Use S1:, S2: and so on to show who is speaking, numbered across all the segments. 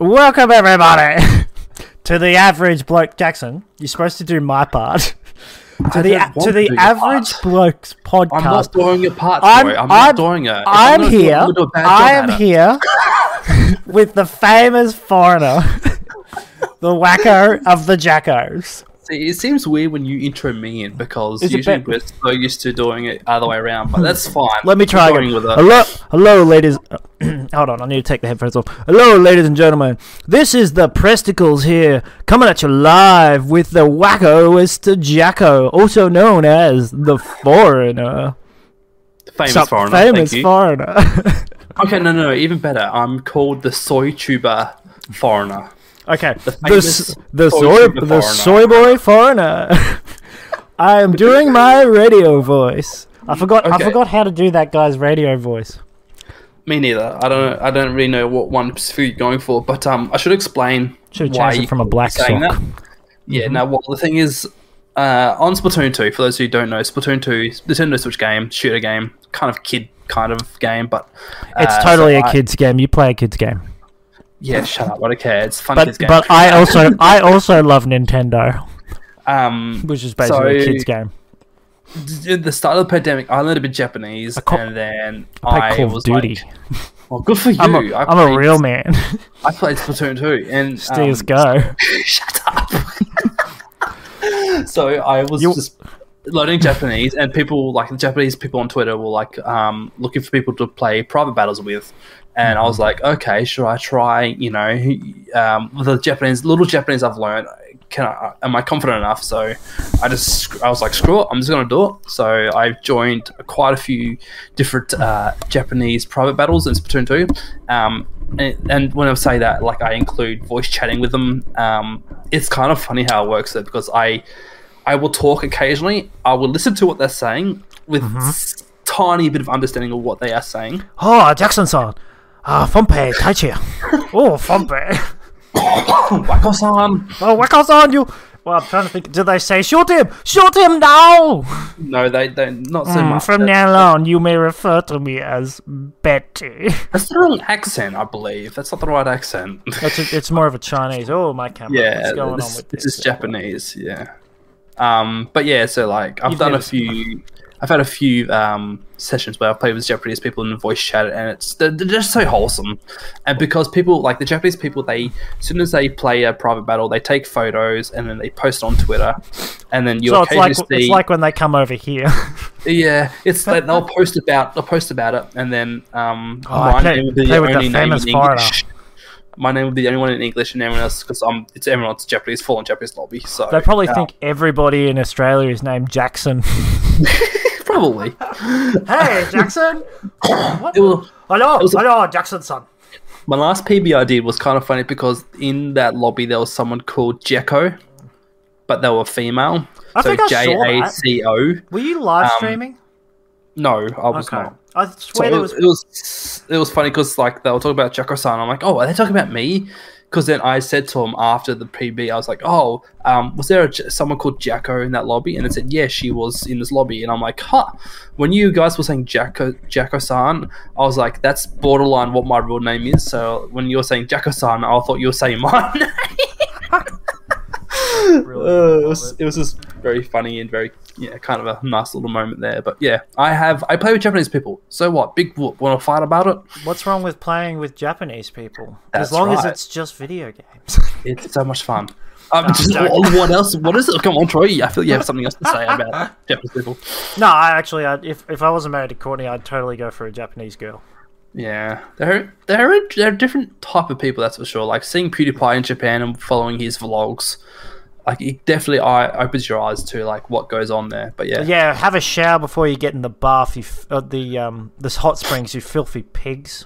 S1: Welcome everybody to the average bloke Jackson. You're supposed to do my part. To
S2: I
S1: the
S2: don't want
S1: to the
S2: to do your
S1: average
S2: part.
S1: bloke's podcast.
S2: I'm not doing your part, boy.
S1: I'm-
S2: I'm,
S1: I'm-
S2: not doing it. If
S1: I'm
S2: gonna do it,
S1: here.
S2: I'm gonna do a bad job
S1: I
S2: at
S1: am
S2: it.
S1: here with the famous foreigner, the wacko of the jackos.
S2: See, it seems weird when you intro me in because
S1: It's a
S2: usually
S1: bit-
S2: we're so used to doing it other way around, but that's fine.
S1: Hmm. Let me try
S2: We're going
S1: again.
S2: with it.
S1: Hello, hello, ladies. Hold on, I need to take the headphones off. Hello, ladies and gentlemen. This is the Presticles here, coming at you live with the wackoist Jacko, also known as the foreigner.
S2: Famous
S1: Some
S2: foreigner.
S1: famous
S2: thank you.
S1: foreigner.
S2: okay, no, no, no, even better. I'm called the soy tuber foreigner.
S1: okay, the
S2: famous
S1: s- the
S2: soy
S1: soy
S2: tuber
S1: the
S2: foreigner.
S1: soy boy foreigner. I am doing my radio voice. I forgot. I
S2: Okay.
S1: forgot how to do that guy's radio voice.
S2: Me neither. I don't. I don't really know what one specifically you're going for, but um, I should explain
S1: Should've
S2: why
S1: changed it
S2: you
S1: from a black
S2: saying
S1: sock. Mm-hmm.
S2: that. Yeah. Now, well, the thing is, uh, on Splatoon two, for those who don't know, Splatoon two, Nintendo Switch game, shooter game, kind of kid kind of game, but
S1: It's
S2: uh,
S1: totally
S2: so
S1: a
S2: I-
S1: kids game. You play a kids game.
S2: yeah, shut up. I don't care. It's a fun
S1: but
S2: kids game.
S1: but I also I also love Nintendo,
S2: um,
S1: which is basically a
S2: So-
S1: kids game.
S2: at the start of the pandemic, I learned a bit Japanese,
S1: ca-
S2: and then
S1: I
S2: I,
S1: play Call of
S2: was
S1: Duty.
S2: like, "Well, good for you."
S1: I'm a,
S2: I
S1: I'm a
S2: played-
S1: real man.
S2: I played Splatoon two, and um,
S1: Steers go.
S2: Shut up. so I was
S1: You-
S2: just learning Japanese, and people like the Japanese people on Twitter were like um, looking for people to play private battles with, and I was like, okay, should I try? You know, um, the Japanese little Japanese I've learned. Can I, am I confident enough? So I just I was like, screw it, I'm just gonna do it. So I joined quite a few different uh, Japanese private battles in Splatoon two, um, and, and when I say that, like I include voice chatting with them. Um, it's kind of funny how it works though, because I I will talk occasionally. I will listen to what they're saying with s- tiny bit of understanding of what they are saying.
S1: Oh, Jackson san. Ah, Fompe, Taichi. Oh, Fompe.
S2: Wacko-san.
S1: Oh, Wackles on you. Well, I'm trying to think. Did they say shoot him? Shoot him now!
S2: No, they they not so
S1: Hmm,
S2: much.
S1: From
S2: That's-
S1: now on, you may refer to me as Betty.
S2: that's the wrong accent, I believe. That's not the right accent.
S1: That's a, it's more of a Chinese. Oh, my camera.
S2: yeah,
S1: What's going
S2: this,
S1: on with
S2: this
S1: this?
S2: is Japanese. Yeah. Um, but yeah, so like I've
S1: You've
S2: done a
S1: never
S2: few. I've had a few um, sessions where I've played with Japanese people in voice chat, and it's they're, they're just so wholesome. And because people like the Japanese people, they as soon as they play a private battle, they take photos and then they post it on Twitter, and then you
S1: so it's
S2: occasionally
S1: like
S2: see
S1: it's like when they come over here.
S2: yeah, it's like they'll post about they'll post about it, and then um,
S1: Oh, I play- play with the famous foreigner.
S2: My name will be the only one in English, and everyone else because I'm it's everyone else Japanese, full on Japanese lobby. So
S1: They probably
S2: uh,
S1: think everybody in Australia is named Jackson.
S2: probably.
S1: Hey, Jackson. What?
S2: It was-
S1: Hello,
S2: was a-
S1: hello, Jackson son.
S2: my last PB I did was kind of funny because in that lobby there was someone called Jeko, but they were female.
S1: I
S2: so
S1: think I saw
S2: J
S1: that.
S2: A C O.
S1: Were you live
S2: Um,
S1: streaming?
S2: No, I was
S1: Okay.
S2: not.
S1: I
S2: So
S1: swear
S2: it
S1: there
S2: was,
S1: was.
S2: it was it was funny because like they were talking about Chakra-san. I'm like, oh, are they talking about me? Because then I said to him after the PB, I was like, oh, um, was there a, J- someone called Jacko in that lobby? And they said, yeah, she was in this lobby. And I'm like, huh. When you guys were saying Jacko Jacko-san, I was like, that's borderline what my real name is. So when you were saying Jacko-san, I thought you were saying mine. Uh, it, was, it was just very funny and very yeah, kind of a nice little moment there. But yeah, I have I play with Japanese people. So what? Big whoop. Want to fight about it?
S1: What's wrong with playing with Japanese people? as
S2: That's
S1: long as
S2: right.
S1: it's just video games.
S2: It's so much fun. Um, just,
S1: sorry.
S2: oh, what else? What is it? Come on, Troy. I feel you have something else to say about Japanese people.
S1: no, I actually, I, if if I wasn't married to Courtney, I'd totally go for a Japanese girl.
S2: Yeah, they're they're a, they're a different type of people. That's for sure. Like seeing PewDiePie in Japan and following his vlogs, like it definitely eye opens your eyes to like what goes on there. But yeah,
S1: Yeah, have a shower before you get in the bath. You f- uh, the um this hot springs, you filthy pigs.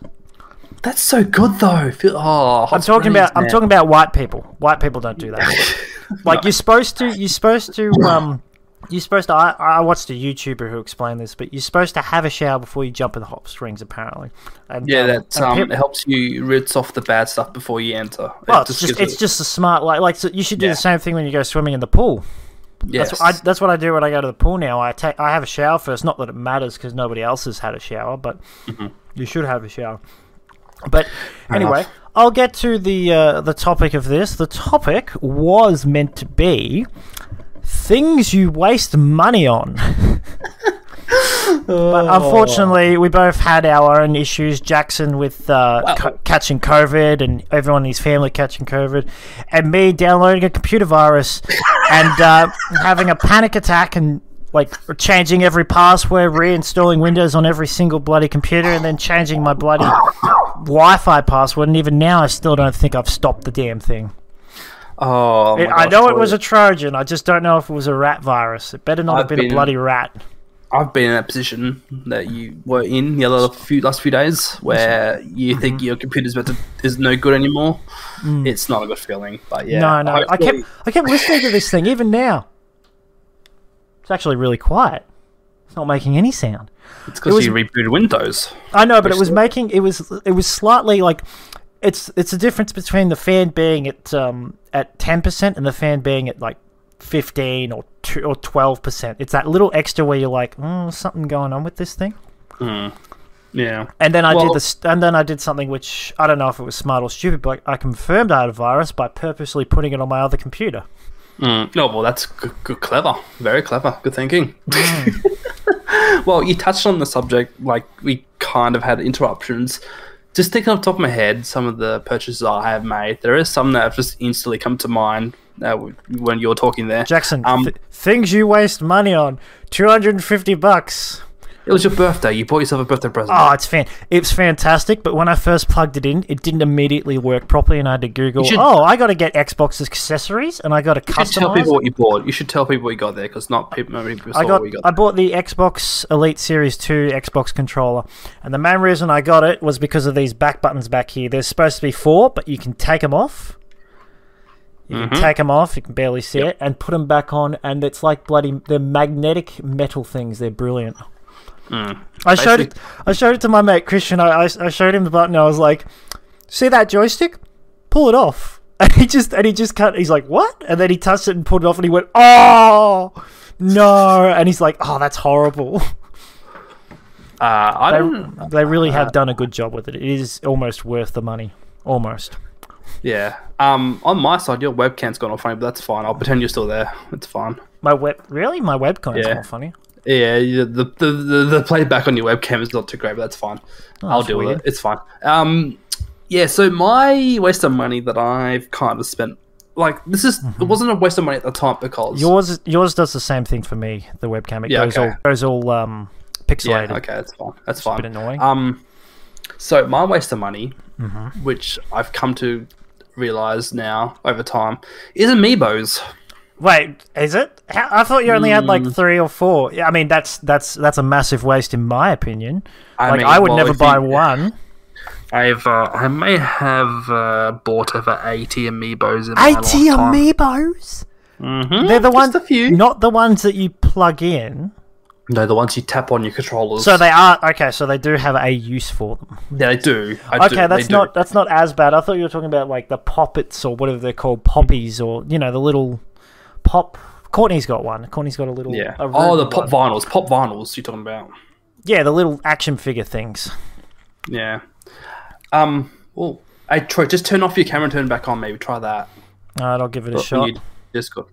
S2: that's so good though. Feel, oh,
S1: I'm talking about I'm talking about white people. White people don't do that. like you're supposed to you're supposed to um you're supposed to I, I watched a YouTuber who explained this, but you're supposed to have a shower before you jump in the hot springs apparently. And,
S2: Yeah,
S1: um,
S2: that
S1: and
S2: um,
S1: peop-
S2: it helps you rinse off the bad stuff before you enter.
S1: well, it's just it's just a smart like like so you should do
S2: Yeah.
S1: the same thing when you go swimming in the pool. That's what I, that's what I do when I go to the pool now. I take I have a shower first. Not that it matters because
S2: Mm-hmm.
S1: nobody else has had a shower, but you should have a shower. But anyway, I'll get to the uh, the topic of this. The topic was meant to be things you waste money on. But unfortunately, we both had our own issues. Jackson with uh,
S2: Well-
S1: cu- catching COVID, and everyone in his family catching COVID, and me downloading a computer virus and uh, having a panic attack and like changing every password, reinstalling Windows on every single bloody computer, and then changing my bloody Wi-Fi password. And even now, I still don't think I've stopped the damn thing.
S2: Oh, my
S1: I
S2: gosh,
S1: know it was a
S2: Paul.
S1: Trojan. I just don't know if it was a rat virus. It better not have
S2: I've
S1: been, a
S2: been-
S1: bloody rat.
S2: I've been in that position that you were in the other few last few days, where you
S1: Mm-hmm.
S2: think your computer's about to, is no good anymore. It's not a good feeling, but yeah.
S1: Mm. no, no. I kept
S2: hopefully-
S1: I kept listening to this thing even now. It's actually really quiet. It's not making any sound.
S2: It's
S1: it
S2: because
S1: was-
S2: you rebooted Windows.
S1: I know, but it was
S2: Understood.
S1: making it was it was slightly like it's it's a difference between the fan being at um at ten percent and the fan being at like fifteen or two or twelve percent. It's that little extra where you're like, mm, something going on with this thing.
S2: Yeah.
S1: And then I
S2: Well-
S1: did this, and then I did something which I don't know if it was smart or stupid, but I confirmed I had a virus by purposely putting it on my other computer.
S2: Mm. No, well, that's good, good, clever. Very clever. Good thinking.
S1: Mm.
S2: well, you touched on the subject, like, we kind of had interruptions. Just thinking off the top of my head, some of the purchases I have made, there is some that have just instantly come to mind uh, when you were talking there.
S1: Jackson,
S2: Um,
S1: th- things you waste money on. 250 bucks.
S2: It was your birthday. You bought yourself a birthday present.
S1: Oh, it's fan- it's fantastic, but when I first plugged it in, it didn't immediately work properly and I had to Google,
S2: should-
S1: "Oh, I got to get Xbox accessories and I got to
S2: you should tell
S1: customize."
S2: people what you bought. You should tell people what you got there because not people, not many people saw
S1: I got
S2: what you got.
S1: I bought the Xbox Elite Series 2 Xbox controller, and the main reason I got it was because of these back buttons back here. There's supposed to be four, but you can take them off. You can take them off. You can barely see it, and put them back on, and it's like bloody they're magnetic metal things. They're brilliant. I showed it. I showed it to my mate Christian. I, I, I showed him the button. I was like, "See that joystick? Pull it off." And he just and he just cut. He's like, "What?" And then he touched it and pulled it off, and he went, "Oh no!" And he's like, "Oh, that's horrible."
S2: uh, I
S1: They,
S2: don't.
S1: they really have done a good job with it. It is almost worth the money. Almost.
S2: Yeah. Um, on my side, your webcam's gone off funny, but that's fine. I'll pretend you're still there. It's fine.
S1: My web really my webcam's
S2: Yeah.
S1: not funny.
S2: Yeah, yeah, the, the the the playback on your webcam is not too great, but that's fine. I'll
S1: Oh, that's
S2: deal with
S1: alright.
S2: it. It's fine. Um, yeah. So my waste of money that I've kind of spent, like this is
S1: Mm-hmm.
S2: it wasn't a waste of money at the time because
S1: Yours yours does the same thing for me. The webcam it
S2: Yeah,
S1: goes
S2: okay.
S1: all goes all um pixelated.
S2: Yeah, okay, that's fine. That's fine.
S1: bit annoying.
S2: Um, so my waste of money, which I've come to realize now over time, is amiibos.
S1: Wait, is it? How, I thought you only had like three or four. Yeah, I mean, that's that's that's a massive waste in my opinion.
S2: I
S1: like,
S2: mean,
S1: I would
S2: well,
S1: never
S2: if
S1: buy
S2: you-
S1: one.
S2: I've uh, I may have uh, bought over eighty amiibos in my
S1: Eighty amiibos.
S2: Mm-hmm.
S1: They're the ones,
S2: a few.
S1: not the ones that you plug in.
S2: No, the ones you tap on your controllers.
S1: So they are okay. So they do have a use for them.
S2: Yeah, they do. I do.
S1: Okay,
S2: They
S1: that's
S2: do.
S1: not that's not as bad. I thought you were talking about like the poppets or whatever they're called, poppies or you know the little pop. Courtney's got one. Courtney's got a little.
S2: Yeah.
S1: a
S2: oh, the
S1: ribbon
S2: pop
S1: one.
S2: vinyls. Pop vinyls. You're talking about.
S1: Yeah, the little action figure things.
S2: Yeah. Um. Well, hey Troy, just turn off your camera and turn it back on. Maybe try that.
S1: All right, I'll give it a
S2: on
S1: shot.
S2: your Discord.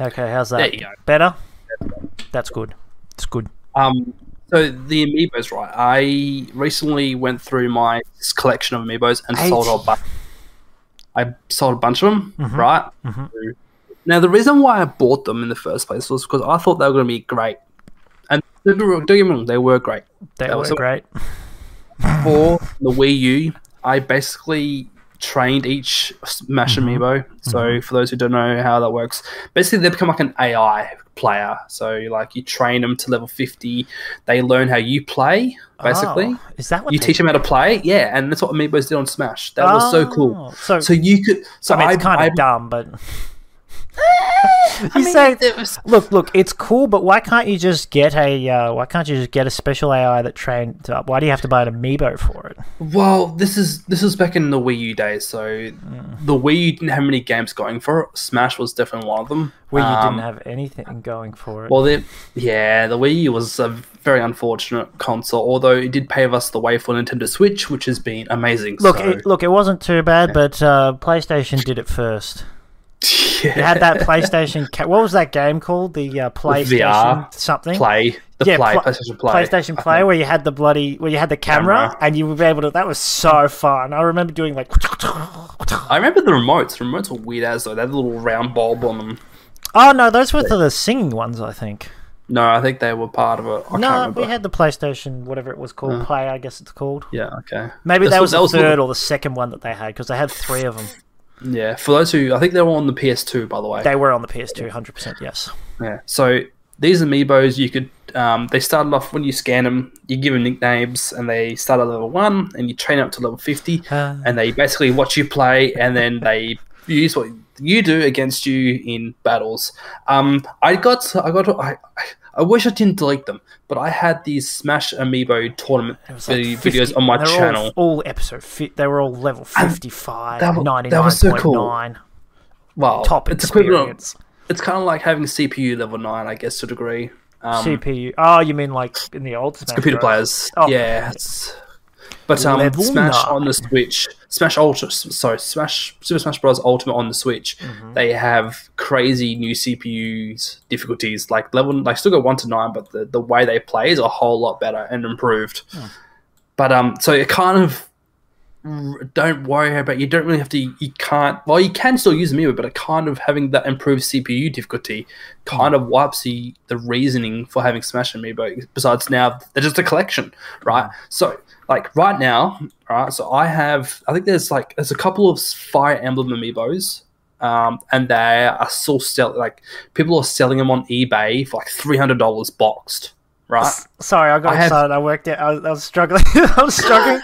S1: Okay, how's that?
S2: There you go.
S1: Better? That's good. It's good.
S2: Um. So the amiibos, right? I recently went through my collection of amiibos and sold a bunch. I sold a bunch of them, right? Now the reason why I bought them in the first place was because I thought they were going to be great, and don't get me wrong, don't get me wrong, they were great.
S1: They
S2: That
S1: were
S2: was a-
S1: great.
S2: for the Wii U, I basically trained each Smash
S1: Mm-hmm.
S2: Amiibo. So for those who don't know how that works, basically they become like an AI player. So like you train them to level fifty, they learn how you play. Basically,
S1: Oh, is that what
S2: you
S1: they-
S2: teach them how to play. Yeah, and that's what Amiibos did on Smash. That was so cool.
S1: Oh, So,
S2: So you could. So
S1: I mean, it's
S2: I,
S1: kind
S2: I,
S1: of dumb, but You
S3: mean,
S1: say-
S3: it was
S1: Look, look, it's cool, but why can't you just get a uh, why can't you just get a special AI that trained up? Why do you have to buy an amiibo for it?
S2: Well, this is this is back in the Wii U days, so
S1: Mm.
S2: the Wii U didn't have many games going for it. Smash was definitely one of them.
S1: Where you
S2: Um,
S1: didn't have anything going for it.
S2: Well, the, yeah, the Wii U was a very unfortunate console, although it did pave us the way for Nintendo Switch, which has been amazing.
S1: look,
S2: so,
S1: it, look, it wasn't too bad, but uh, PlayStation did it first.
S2: yeah.
S1: It had that PlayStation. Ca- what was that game called? The uh, PlayStation
S2: VR
S1: something.
S2: play the
S1: Yeah,
S2: play
S1: pl-
S2: PlayStation Play.
S1: PlayStation
S2: I
S1: Play,
S2: think.
S1: where you had the bloody, where you had the camera,
S2: Camera.
S1: and you were able to. That was so fun. I remember doing like.
S2: I remember the remotes. The remotes were weird as though. They had a little round bulb on them.
S1: Oh no, those were the singing ones, I think.
S2: No, I think they were part of it. I can't
S1: no,
S2: remember.
S1: we had the PlayStation, whatever it was called, Play, I guess it's called.
S2: yeah, okay.
S1: Maybe
S2: That's
S1: that
S2: what-
S1: was the
S2: what-
S1: third or the second one that they had because they had three of them.
S2: Yeah, for those who I think they were on the PS2 by the way.
S1: They were on the PS2, hundred percent. Yes.
S2: Yeah. So these amiibos, you could. Um, they started off when you scan them, you give them nicknames, and they start at level one, and you train up to level fifty,
S1: Ah.
S2: and they basically watch you play, and then they use what you do against you in battles. Um, I got, I got, I, I- I wish I didn't delete them, but I had these Smash Amiibo tournament
S1: It was like
S2: vid-
S1: 50
S2: videos on my
S1: they were all-
S2: channel.
S1: All, episode fi- they were all level
S2: And
S1: 55,
S2: that wa-
S1: 99.9,
S2: that was so cool. Wow,
S1: top
S2: it's equivalent.
S1: experience.
S2: It's kind of like having CPU level nine, I guess, to a degree. Um,
S1: CPU. Oh, you mean like in the old Smash
S2: computer
S1: Bros.
S2: players.
S1: Oh.
S2: Yeah. it's- But um,
S1: Level
S2: Smash
S1: nine.
S2: on the Switch, Smash Ultra, sorry, Smash Super Smash Bros. Ultimate on the Switch,
S1: Mm-hmm.
S2: they have crazy new CPUs difficulties. Like level, like still got one to nine, but the, the way they play is a whole lot better and improved.
S1: Hmm.
S2: But um, so it kind of r- don't worry about you don't really have to you can't well you can still use Amiibo, but it kind of having that improved CPU difficulty kind of wipes the, the reasoning for having Smash Amiibo. Besides now they're just a collection, right? So like right now, right? So I have I think there's like there's a couple of Fire Emblem Amiibos. Um, and they are still sell like people are selling them on eBay for like three hundred dollars boxed, right?
S1: Sorry, I got
S2: I have-
S1: excited. I worked out. I was, I was struggling. I was struggling.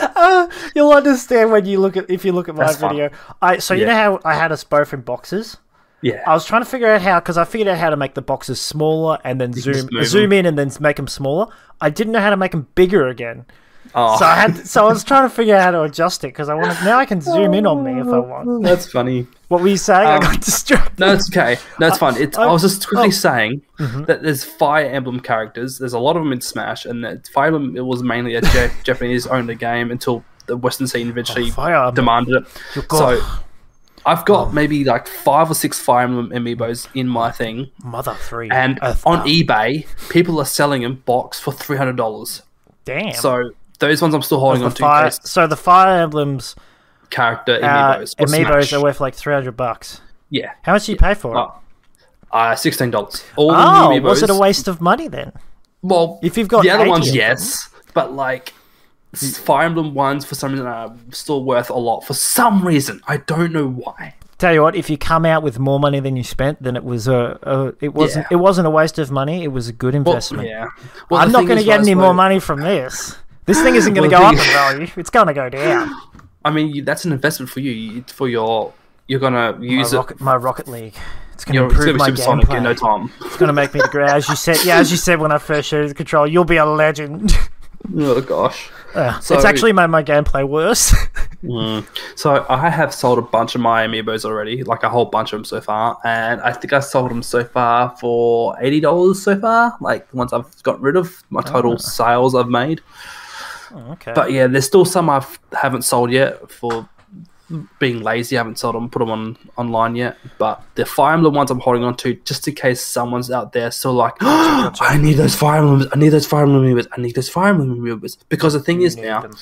S1: Uh, you'll understand when you look at if you look at my
S2: That's fine.
S1: video. I so you
S2: Yeah.
S1: know how I had us both in boxes.
S2: Yeah,
S1: I was trying to figure out how because I figured out how to make the boxes smaller and then zoom
S2: just move
S1: zoom in and then make them smaller. I didn't know how to make them bigger again,
S2: oh,
S1: so I had so I was trying to figure out how to adjust it because I want to now I can zoom in on me if I want.
S2: that's funny.
S1: What were you saying? I
S2: Um,
S1: got distracted.
S2: No, it's okay. No, it's fine. It's, I was just quickly
S1: oh.
S2: saying that there's Fire Emblem characters. There's a lot of them in Smash, and that Fire Emblem it was mainly a Ja- Japanese-only game until the Western scene eventually
S1: Oh, Fire Emblem. Oh.
S2: demanded it.
S1: God.
S2: So I've got maybe like five or six Fire Emblem amiibos in my thing,
S1: Mother three
S2: and
S1: Earth Ah,
S2: on E
S1: Bound.
S2: eBay, people are selling them box for three hundred dollars.
S1: damn.
S2: So those ones I'm still
S1: the
S2: holding on to. in
S1: fire,
S2: case
S1: so the fire emblems
S2: Character
S1: uh,
S2: amiibos. or
S1: amiibos
S2: Smash.
S1: are worth like three hundred bucks.
S2: yeah.
S1: How much do you pay for it?
S2: Oh. Uh, sixteen dollars. All
S1: Oh,
S2: the new amiibos.
S1: was it a waste of money then?
S2: Well,
S1: If you've got
S2: the other
S1: 80
S2: ones,
S1: of them.
S2: yes, but like s- Fire Emblem ones for some reason are still worth a lot. For some reason, I don't know why.
S1: Tell you what, if you come out with more money than you spent, then it was a, a it wasn't
S2: Yeah.
S1: it wasn't a waste of money. It was a good
S2: Well,
S1: investment.
S2: yeah, Well,
S1: I'm
S2: the
S1: not
S2: thing
S1: going to
S2: is,
S1: get
S2: right,
S1: any
S2: so-
S1: more money from this. This thing isn't going to
S2: Well,
S1: go
S2: the
S1: up in
S2: thing-
S1: value. It's going to go down.
S2: I mean, you, that's an investment for you. you. For your, you're gonna
S1: My
S2: use it.
S1: rocket, my Rocket League. It's going to
S2: You're, it's
S1: improve
S2: gonna be
S1: my
S2: supersonic
S1: gameplay.
S2: in no time.
S1: It's going to make me the great. As you said, yeah, as you said when I first showed you the control, you'll be a legend.
S2: Oh gosh.
S1: Uh,
S2: So-
S1: it's actually made my gameplay worse.
S2: So I have sold a bunch of my amiibos already, like a whole bunch of them so far, and I think I sold them so far for eighty dollars so far. Like the ones I've gotten rid of, my total
S1: Ah.
S2: sales I've made.
S1: okay.
S2: But yeah, there's still some I haven't sold yet for being lazy. I haven't sold them, put them on online yet. But the Fire Emblem ones I'm holding on to just in case someone's out there still like, I need those Fire Emblems. I need those Fire Emblem members. I need those Fire Emblem members. Because the thing is now,
S1: them.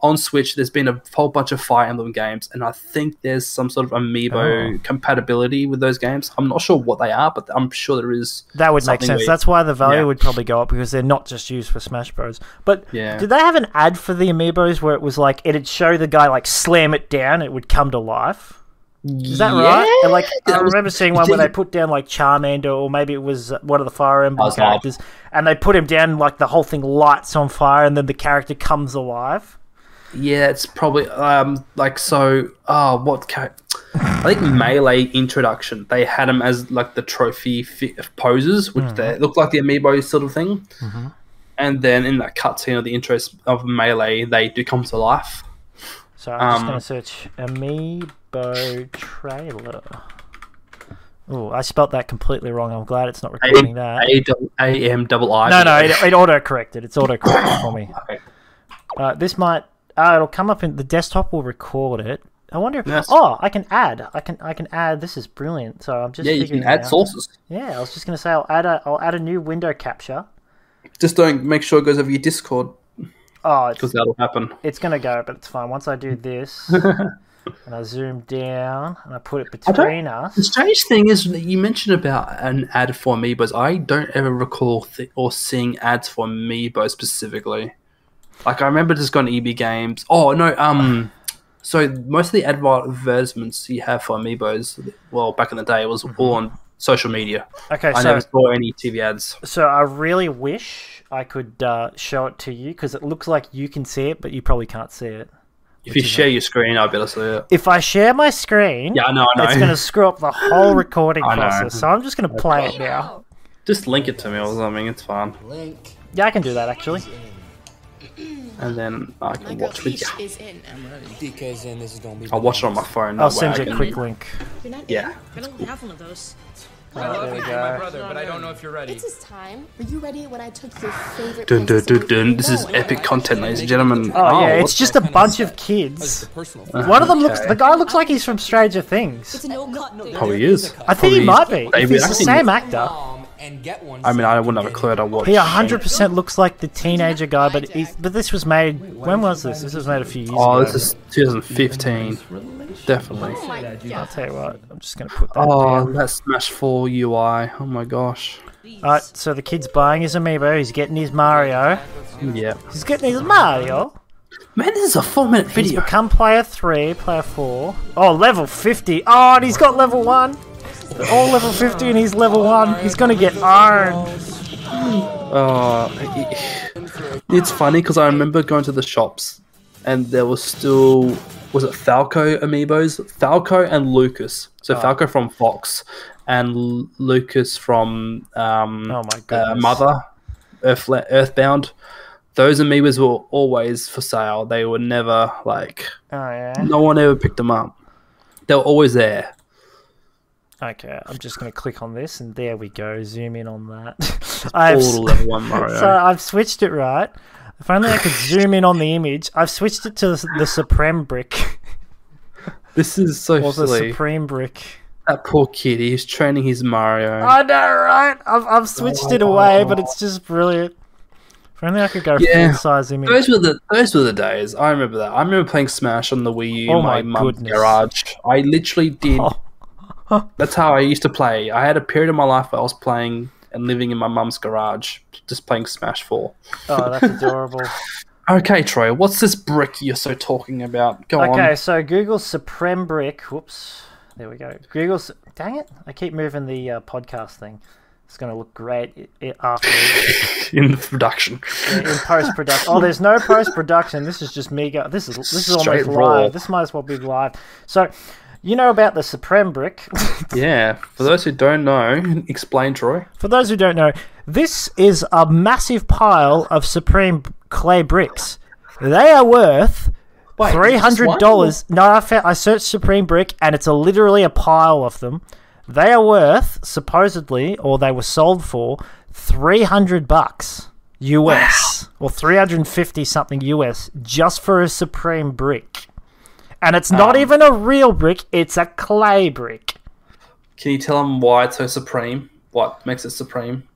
S2: on Switch, there's been a whole bunch of Fire Emblem games, and I think there's some sort of amiibo compatibility with those games. I'm not sure what they are, but I'm sure there is.
S1: That would make
S2: something
S1: sense.
S2: where-
S1: That's why the value
S2: Yeah.
S1: would probably go up because they're not just used for Smash Bros. But
S2: Yeah.
S1: did they have an ad for the amiibos where it was like it'd show the guy like slam it down, it would come to life? Is that right? And, like I
S2: That was-
S1: remember seeing one where they put down like Charmander or maybe it was uh, one of the Fire Emblem
S2: was not.
S1: characters, and they put him down like the whole thing lights on fire, and then the character comes alive.
S2: Yeah, it's probably um like so. Oh, ah, what? Ca- I think Melee introduction. They had them as like the trophy fi- poses,
S1: Hmm.
S2: which they looked like the amiibo sort of thing.
S1: Mm-hmm.
S2: And then in that cutscene of the intro s- of Melee, they do come to life.
S1: So I'm
S2: Um,
S1: just going to search Amiibo trailer. Oh, I spelt that completely wrong. I'm glad it's not recording that.
S2: A double- A M double I.
S1: no, no, it, it auto corrected. It's auto corrected for me.
S2: Okay.
S1: Uh, this might. Uh, it'll come up in the desktop. will record it. I wonder. If,
S2: Yes.
S1: Oh, I can add. I can. I can add. This is brilliant. So I'm just.
S2: Yeah, you
S1: figuring
S2: can
S1: it
S2: add
S1: out.
S2: sources.
S1: Yeah, I was just gonna say I'll add a. I'll add a new window capture.
S2: Just don't make sure it goes over your Discord
S1: Oh, it's
S2: because that'll happen.
S1: it's gonna go, but it's fine. Once I do this, and I zoom down and I put it
S2: don't-
S1: between
S2: The
S1: us.
S2: strange thing is that you mentioned about an ad for Amiibos. I don't ever recall th- or seeing ads for Amiibo specifically. Like I remember just going to EB Games. Oh no, um, so most of the advertisements you have for Amiibos, well, back in the day, it was all
S1: Mm-hmm.
S2: on social media.
S1: Okay, so
S2: I never saw any TV ads.
S1: so I really wish I could uh, show it to you because it looks like you can see it, but you probably can't see it.
S2: If you share your screen, I better see it.
S1: If I share my screen,
S2: Yeah, I know, I know.
S1: it's gonna screw up the whole recording
S2: I know.
S1: process. So I'm just gonna play it now.
S2: Just link it to me or something. It's fine,
S3: Link
S1: Yeah, I can do that actually.
S2: and then I can
S4: My girl
S2: watch with
S4: Peach
S2: you.
S4: is in. Emma.
S3: DK's in. This is gonna be.
S2: I'll watch it on my phone. that
S1: I'll
S2: way
S1: send
S2: I
S1: you a
S2: can-
S1: quick link.
S4: You're not
S2: Yeah.
S5: I don't have one of those.
S3: There we
S1: go.
S3: brother, but I don't know if you're
S4: in.
S3: ready.
S4: It's his time. Were you ready when I took your favorite?
S2: Dun, dun,
S4: place
S2: dun,
S4: away
S2: dun.
S4: from
S2: This
S4: you?
S2: is
S4: No,
S2: epic
S4: right?
S2: content, ladies and gentlemen.
S1: Oh, yeah, it's
S2: what's-
S1: just a
S3: kind of
S1: bunch
S3: stuff?
S1: of
S3: Oh, this is
S1: kids.
S3: a personal.
S2: Uh,
S1: One of them looks.
S2: Okay.
S1: The guy looks like he's from Stranger Things.
S4: It's an old cut. dude.
S2: Oh, he is.
S1: I think he
S2: Probably
S1: might be. If
S2: David
S1: he's the
S2: Attenborough.
S1: same actor.
S3: Mom and get one.
S2: I mean, I wouldn't have a clue. I watched.
S1: He 100% looks like the teenager guy, but he's, but this was made. When was this? This was made a few years
S2: Oh,
S1: ago.
S2: this is 2015. Definitely.
S4: Oh my
S1: I'll
S4: god.
S1: tell you what. I'm just gonna put that.
S2: Oh,
S1: down.
S2: that Smash 4 UI. Oh my gosh.
S1: Alright, so the kid's buying his amiibo. He's getting his Mario.
S2: Yeah.
S1: He's getting his Mario.
S2: Man, this is a four minute
S1: He's
S2: video.
S1: become player three, player four. Oh, level 50. Oh, and he's got level one. They're all level 50 and he's level one. He's gonna get ironed.
S2: Oh, it- it's funny because I remember going to the shops and there was still. Was it Falco amiibos? Falco and Lucas. So
S1: Oh.
S2: Falco from Fox and L- Lucas from um,
S1: Oh my
S2: uh,
S1: goodness.
S2: Mother, Earth, Earthbound. Those amiibos were always for sale. They were never like
S1: Oh, yeah.
S2: no one ever picked them up. They were always there.
S1: Okay, I'm just gonna click on this and there we go. Zoom in on that. I've,
S2: All level one Mario.
S1: so I've switched it right. If only I could zoom in on the image. I've switched it to the, the Supreme brick.
S2: this is so
S1: Or the
S2: silly.
S1: Supreme brick.
S2: that poor kid. He's training his Mario.
S1: I know, right? I've, I've switched it away, but it's just brilliant. If only I could go
S2: Yeah.
S1: full size image.
S2: those were the those were the days. I remember that. I remember playing Smash on the Wii U
S1: Oh
S2: in my
S1: my
S2: mum's
S1: goodness.
S2: garage. I literally did.
S1: Oh.
S2: That's how I used to play. I had a period of my life where I was playing and living in my mum's garage, just playing Smash Four.
S1: Oh, that's adorable.
S2: Okay, Troy, what's this brick you're so talking about? Go
S1: Okay,
S2: on.
S1: so Google Supreme Brick. Whoops. There we go. Google. Su- Dang it! I keep moving the uh, podcast thing. It's going to look great i- i- afterwards
S2: In the production.
S1: in post production. Oh, there's no post production. This is just me. Go- this is this is
S2: Straight
S1: almost
S2: raw.
S1: live. This might as well be live. So, you know about the Supreme Brick.
S2: Yeah. For those who don't know, explain, Troy.
S1: For those who don't know, this is a massive pile of Supreme clay bricks. They are worth
S2: Wait,
S1: Three hundred
S2: just
S1: dollars. No, I, found, I searched Supreme Brick, and it's a, literally a pile of them. They are worth supposedly, or they were sold for three hundred bucks US, or three hundred and fifty something US, just for a Supreme Brick. And it's not even a real brick; it's a clay brick.
S2: one? Can you tell them why it's so supreme? What makes it supreme?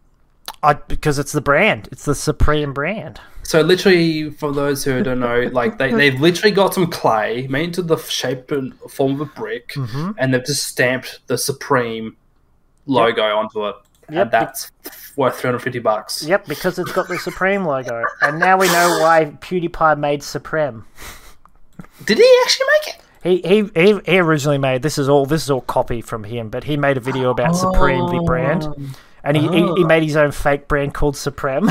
S1: I, because it's the brand. It's the Supreme brand.
S2: So literally, for those who don't know, like they they've literally got some clay made into the shape and form of a brick,
S1: Mm-hmm.
S2: and they've just stamped the supreme logo onto it,
S1: Yep.
S2: and that's worth three hundred fifty bucks.
S1: Yep, because it's got the Supreme logo, and now we know why PewDiePie made Supreme.
S2: Did he actually make it?
S1: He, he he he originally made this is all this is all copy from him, but he made a video about Supreme the brand, and he, he, he made his own fake brand called Supreme.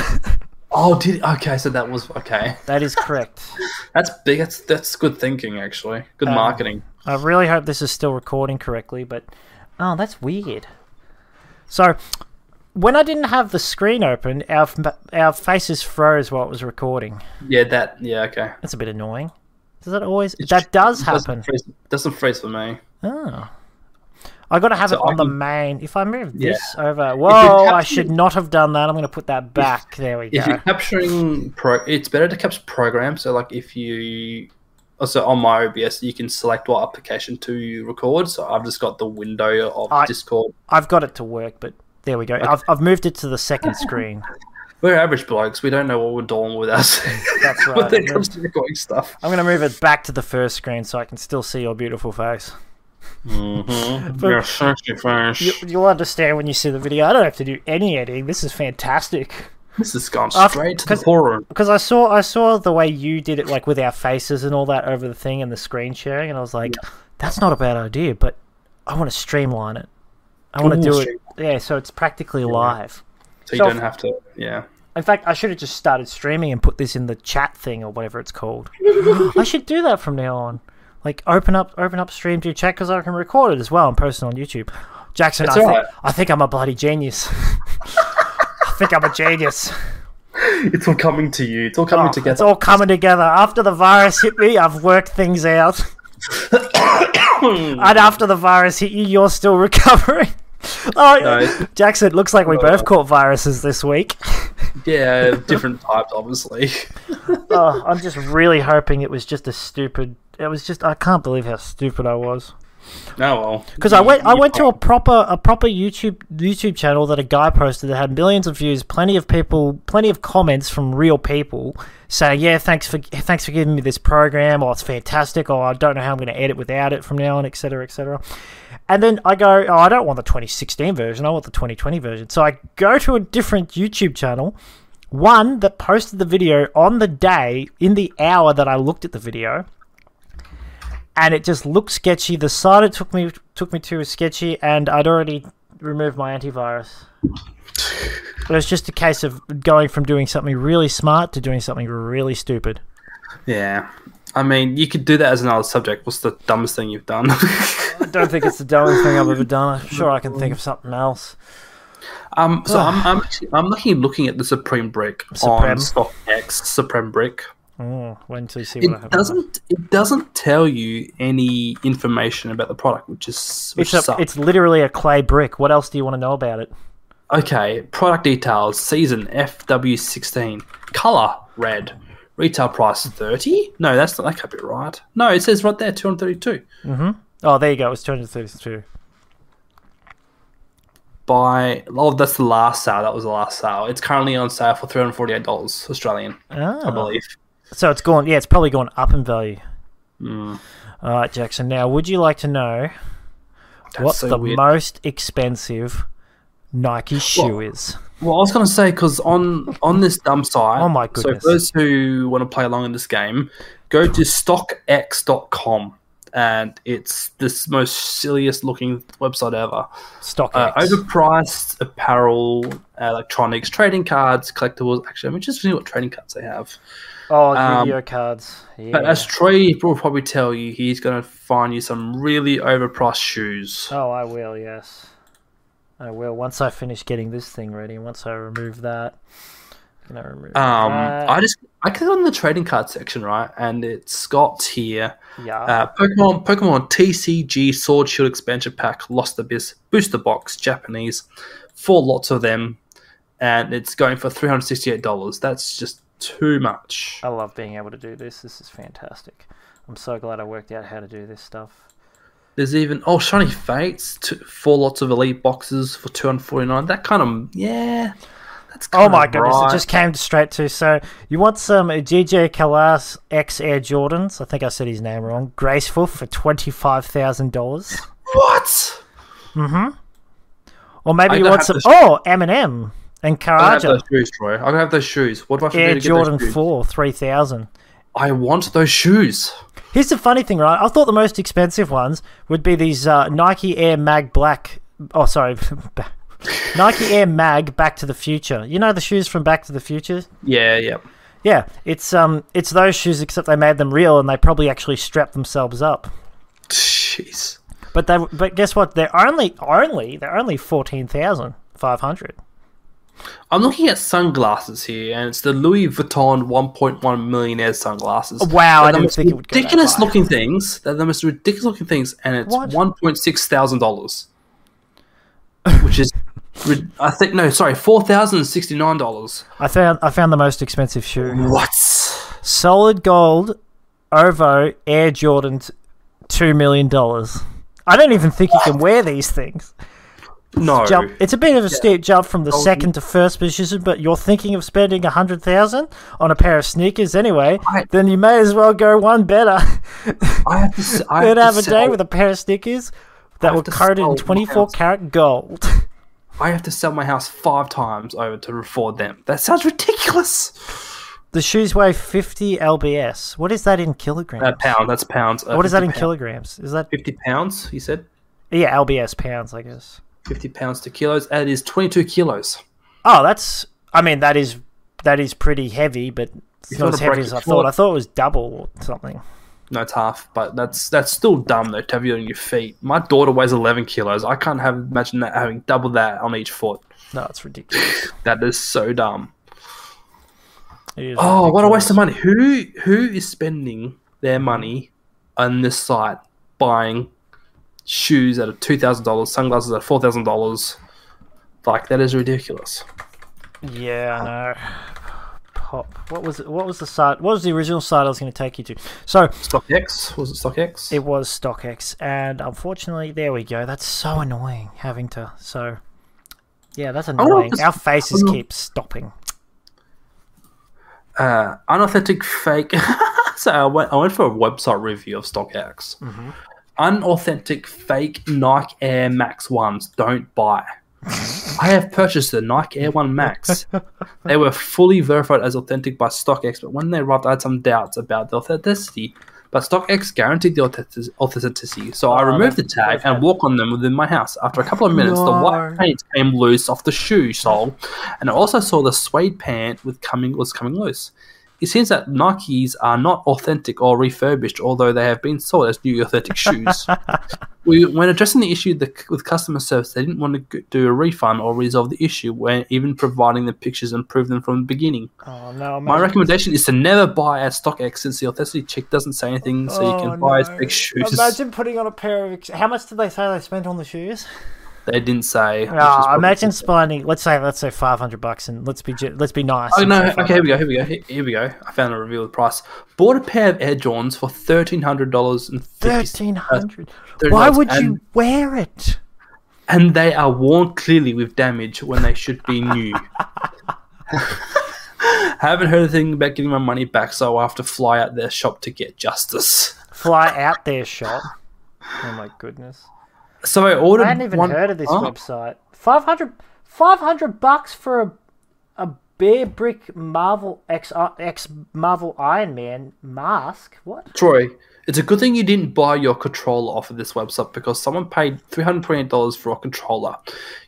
S2: Oh, did okay. So that was okay.
S1: That is correct.
S2: That's big. That's that's good thinking, actually. Good
S1: Uh,
S2: marketing.
S1: I really hope this is still recording correctly, but oh, that's weird. So, when I didn't have the screen open, our f- our faces froze while it was recording.
S2: Yeah, that. Yeah, okay.
S1: That's a bit annoying. Does that always? that does happen.
S2: Doesn't freeze, doesn't freeze for me.
S1: Oh. I gotta have
S2: So
S1: it on
S2: I
S1: the
S2: can-
S1: main. If I move
S2: Yeah.
S1: this over, whoa! I
S2: captures-
S1: should not have done that. I'm gonna put that back. there we
S2: If
S1: go.
S2: you're capturing pro, it's better to capture program. So like if you also on my OBS, you can select what application to record. So I've just got the window of
S1: I-
S2: Discord.
S1: I've got it to work, but there we go. I've, I've moved it to the second screen.
S2: We're average blokes. We don't know what we're doing with us.
S1: That's right.
S2: when it comes to recording stuff.
S1: I'm gonna move it back to the first screen so I can still see your beautiful face.
S2: You're sexy first.
S1: You, you'll understand when you see the video. I don't have to do any editing. This is fantastic.
S2: This has gone
S1: I've-
S2: straight to
S1: 'cause-
S2: the horror.
S1: Because I saw I saw the way you did it, like with our faces and all that over the thing and the screen sharing, and I was like, that's not a bad idea, but I want to streamline it. I want to
S2: Ooh,
S1: do it.
S2: stream-
S1: Yeah, so it's practically live.
S2: So you
S1: So-
S2: don't have to. Yeah.
S1: In fact, I should have just started streaming and put this in the chat thing or whatever it's called. I should do that from now on. Like open up, open up stream to your chat because I can record it as well and post it on YouTube. Jackson, I,
S2: That's
S1: think,
S2: alright.
S1: I think I'm a bloody genius. I think I'm a genius.
S2: It's all coming to you. It's all coming
S1: Oh, It's
S2: together.
S1: all coming together. After the virus hit me, I've worked things out. and after the virus hit you, you're still recovering. Oh,
S2: No, it's-
S1: Jackson, it looks like we
S2: No.
S1: both caught viruses this week.
S2: yeah, different types, obviously.
S1: oh, I'm just really hoping it was just a stupid. It was just I can't believe how stupid I was
S2: Oh well.
S1: because I went I went to a proper a proper YouTube YouTube channel that a guy posted that had millions of views, plenty of people, plenty of comments from real people saying, "Yeah, thanks for thanks for giving me this program. Oh, it's fantastic. Oh, I don't know how I'm going to edit without it from now on, etc., etc." And then I go, "Oh, I don't want the 2016 version. I want the 2020 version." So I go to a different YouTube channel one that posted the video on the day in the hour that I looked at the video, and it just looked sketchy. The site it took me took me to was sketchy, and I'd already removed my antivirus. It was just a case of going from doing something really smart to doing something really stupid.
S2: Yeah. I mean, you could do that as another subject. What's the dumbest thing you've done?
S1: I don't think it's the dumbest thing I've ever done. I'm sure I can think of something else.
S2: um, so I'm I'm actually, I'm looking looking at the Supreme Brick
S1: Supreme.
S2: on StockX Supreme Brick.
S1: Oh, wait until you see what I
S2: It
S1: have.
S2: doesn't it doesn't tell you any information about the product, which is which
S1: It's, a,
S2: sucks.
S1: it's literally a clay brick. What else do you want to know about it?
S2: Okay, product details: season FW16, color red, retail price thirty. No, that's not, that can't be right. No, it says right there two hundred thirty-two.
S1: Oh, there you go. It was 232.
S2: By oh, that's the last sale. That was the last sale. It's currently on sale for three hundred forty-eight dollars Australian, I
S1: Ah.
S2: believe.
S1: So it's gone. Yeah, it's probably gone up in value. All right, Jackson. Now, would you like to know
S2: That's
S1: what
S2: so
S1: the
S2: weird.
S1: most expensive Nike shoe is?
S2: Well, I was going to say because on on this dumb site.
S1: Oh my goodness.
S2: So those who want to play along in this game, go to stockx.com, and it's this most silliest looking website ever.
S1: StockX.
S2: Uh, overpriced apparel, electronics, trading cards, collectibles. Actually, I'm interested in what trading cards they have.
S1: oh,
S2: um,
S1: Yu-Gi-Oh cards. Yeah.
S2: But as Troy will probably tell you, he's going to find you some really overpriced shoes.
S1: oh, I will. Yes, I will. Once I finish getting this thing ready, once I remove that, can I remove?
S2: Um,
S1: that?
S2: I just I clicked on the trading card section, right? And it's got here
S1: yeah.
S2: Uh, Pokemon, Pokemon TCG Sword Shield expansion pack, Lost Abyss booster box, Japanese, four lots of them, and it's going for three hundred sixty-eight dollars. That's just too much.
S1: I love being able to do this. This is fantastic. I'm so glad I worked out how to do this stuff.
S2: There's even oh shiny fates, two, four lots of elite boxes for two hundred forty-nine. That kind of yeah, that's
S1: Oh
S2: kinda
S1: my goodness,
S2: right.
S1: it just came straight to. So, you want some uh, DJ Kalas X Air Jordans? I think I said his name wrong. Graceful for $25,000.
S2: what?
S1: Or maybe
S2: I
S1: you
S2: don't
S1: want some.
S2: have those-
S1: Oh, Eminem and
S2: I don't have
S1: Karaja.
S2: those shoes, Troy. I don't have those shoes. What do I have to
S1: Air
S2: do to
S1: Jordan
S2: get those shoes?
S1: 4, 3000
S2: I want those shoes.
S1: Here's the funny thing, right? I thought the most expensive ones would be these uh, Nike Air Mag Black. Oh, sorry. Nike Air Mag Back to the Future. You know the shoes from Back to the Future?
S2: Yeah, yeah.
S1: Yeah, it's um, it's those shoes except they made them real and they probably actually strapped themselves up.
S2: Jeez.
S1: But they, but guess what? They're only only they're only fourteen thousand five hundred.
S2: I'm looking at sunglasses here, and it's the Louis Vuitton 1.1 millionaire sunglasses.
S1: Wow, I
S2: They're the
S1: didn't
S2: most
S1: think it would go that
S2: ridiculous
S1: high.
S2: looking things. They're the most ridiculous looking things, and it's
S1: What?
S2: 1.6 thousand dollars, which is, rid- I think, no, sorry, four thousand and sixty nine dollars.
S1: I found I found the most expensive shoe.
S2: What?
S1: Solid gold OVO Air Jordans, two million dollars. I don't even think you can wear these things.
S2: No.
S1: Jump. It's a bit of a steep jump from the
S2: Oh,
S1: second to first position, but you're thinking of spending a hundred thousand on a pair of sneakers anyway.
S2: I-
S1: Then you may as well go one better.
S2: I have to. s- I
S1: Then have
S2: have to
S1: a day
S2: sell-
S1: with a pair of sneakers that
S2: have
S1: were
S2: to
S1: coated in
S2: sell
S1: 24
S2: miles.
S1: karat gold.
S2: I have to sell my house five times over to afford them. That sounds ridiculous.
S1: The shoes weigh 50 lbs. What is that in kilograms?
S2: A pound. That's pounds. Uh,
S1: what is that
S2: 50
S1: in
S2: pound-
S1: kilograms? Is that
S2: Fifty pounds. You said
S1: yeah lbs pounds? I guess.
S2: fifty pounds to kilos. That is twenty two kilos.
S1: Oh, that's. I mean, that is that is pretty heavy, but it's
S2: wanna
S1: not as heavy
S2: break
S1: as
S2: it
S1: I thought.
S2: short-
S1: I thought it was double or something.
S2: No, it's half, but that's that's still dumb though to have you on your feet. My daughter weighs eleven kilos. I can't have imagine that having double that on each foot.
S1: No, it's ridiculous.
S2: That is so dumb.
S1: It is
S2: Oh, what a
S1: ridiculous.
S2: waste of money. Who who is spending their money on this site buying shoes at two thousand dollars, sunglasses at four thousand dollars? Like that is ridiculous.
S1: Yeah, I know. Pop. What was it? What was the site? What was the original site I was going to take you to? So
S2: StockX was it StockX?
S1: it was StockX, and unfortunately, there we go. That's so annoying having to. So, yeah, that's
S2: know
S1: annoying.
S2: if it's-
S1: Our faces
S2: I don't-
S1: keep stopping.
S2: uh, unauthentic fake. so I went, I went for a website review of StockX. Unauthentic fake Nike Air Max 1s don't buy. I have purchased the Nike Air 1 Max. they were fully verified as authentic by StockX, but when they arrived, I had some doubts about the authenticity. But StockX guaranteed the authentic- authenticity, so I removed the tag and walk on them within my house. After a couple of minutes, the white
S1: No.
S2: paint came loose off the shoe sole, and I also saw the suede pant with coming was coming loose. It seems that Nikes are not authentic or refurbished, although they have been sold as new authentic shoes. we, when addressing the issue the, with customer service, they didn't want to g- do a refund or resolve the issue, when even providing the pictures and prove them from the beginning.
S1: Oh no!
S2: My recommendation is to never buy at StockX since the authenticity check doesn't say anything, so you can buy fake shoes.
S1: Oh, Imagine putting on a pair of. ex- How much did they say they spent on the shoes?
S2: They didn't say. which is
S1: Oh,
S2: probably-
S1: imagine spending. Let's say let's say five hundred bucks, and let's be ge- let's be nice.
S2: Oh
S1: and
S2: no!
S1: say
S2: Okay, here we go. Here we go. Here, here we go. I found a review of the price. Bought a pair of Air Jordans for thirteen hundred dollars and
S1: Thirteen hundred.
S2: $1,300.
S1: Why would you
S2: And-
S1: wear it?
S2: and they are worn clearly with damage when they should be new. Haven't heard a thing about getting my money back, so I have to fly out their shop to get justice.
S1: Fly out there, shop. Oh my goodness!
S2: So I ordered.
S1: I hadn't even
S2: one-
S1: heard of this
S2: Oh,
S1: website. 500, 500 bucks for a a bare brick Marvel X uh, X Marvel Iron Man mask. What?
S2: Troy, it's a good thing you didn't buy your controller off of this website because someone paid three hundred twenty dollars for a controller.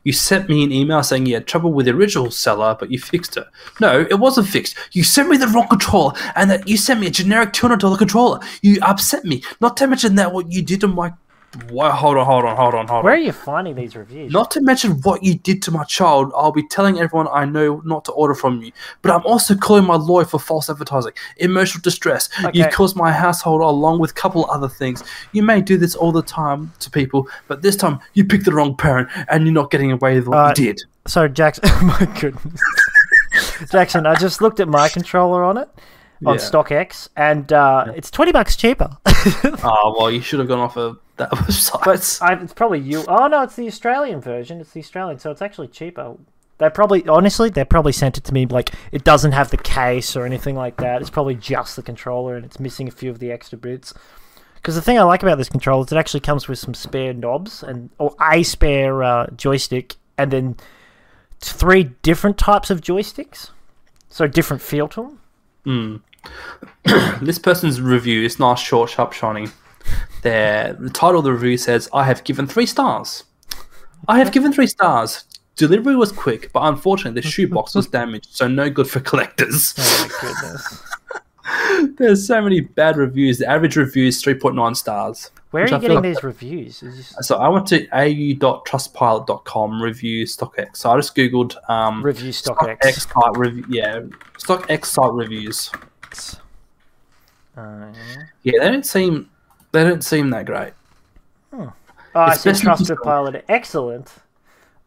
S2: You sent me an email saying you had trouble with the original seller, but you fixed it. No, it wasn't fixed. You sent me the wrong controller, and that you sent me a generic two hundred dollar controller. You upset me. Not to mention that what you did to my. Whoa, hold on, hold on, hold on, hold on.
S1: Where are you finding these reviews?
S2: Not to mention what you did to my child, I'll be telling everyone I know not to order from you. But I'm also calling my lawyer for false advertising, emotional distress. You
S1: Okay.
S2: caused my household along with a couple other things. You may do this all the time to people, but this time you picked the wrong parent and you're not getting away with what
S1: Uh,
S2: you did.
S1: So Jackson, my goodness, Jackson, I just looked at my controller on it on
S2: Yeah.
S1: StockX, and uh, it's twenty bucks cheaper.
S2: Oh, well, you should have gone off of that website.
S1: I, it's probably you. Oh no, it's the Australian version. It's the Australian, so it's actually cheaper. They probably, honestly, they probably sent it to me like it doesn't have the case or anything like that. It's probably just the controller, and it's missing a few of the extra bits. Because the thing I like about this controller is it actually comes with some spare knobs and or a spare uh, joystick, and then three different types of joysticks, so different feel to them.
S2: This person's review is nice, short, sharp, shiny. Their, the title of the review says, I have given three stars. I have given three stars. Delivery was quick, but unfortunately, the shoebox was damaged, so no good for collectors.
S1: Oh my goodness.
S2: There's so many bad reviews. The average review is 3.9 stars.
S1: Where are
S2: Which
S1: you
S2: I feel
S1: getting
S2: like-
S1: these reviews? Is this
S2: So I went to au.trustpilot.com review StockX. So I just googled um,
S1: review StockX.
S2: StockX site review. Yeah, StockX site reviews.
S1: Uh, yeah.
S2: Yeah, they don't seem they don't seem that great.
S1: oh, I
S2: It's
S1: see
S2: best not to-
S1: Trustpilot. Excellent.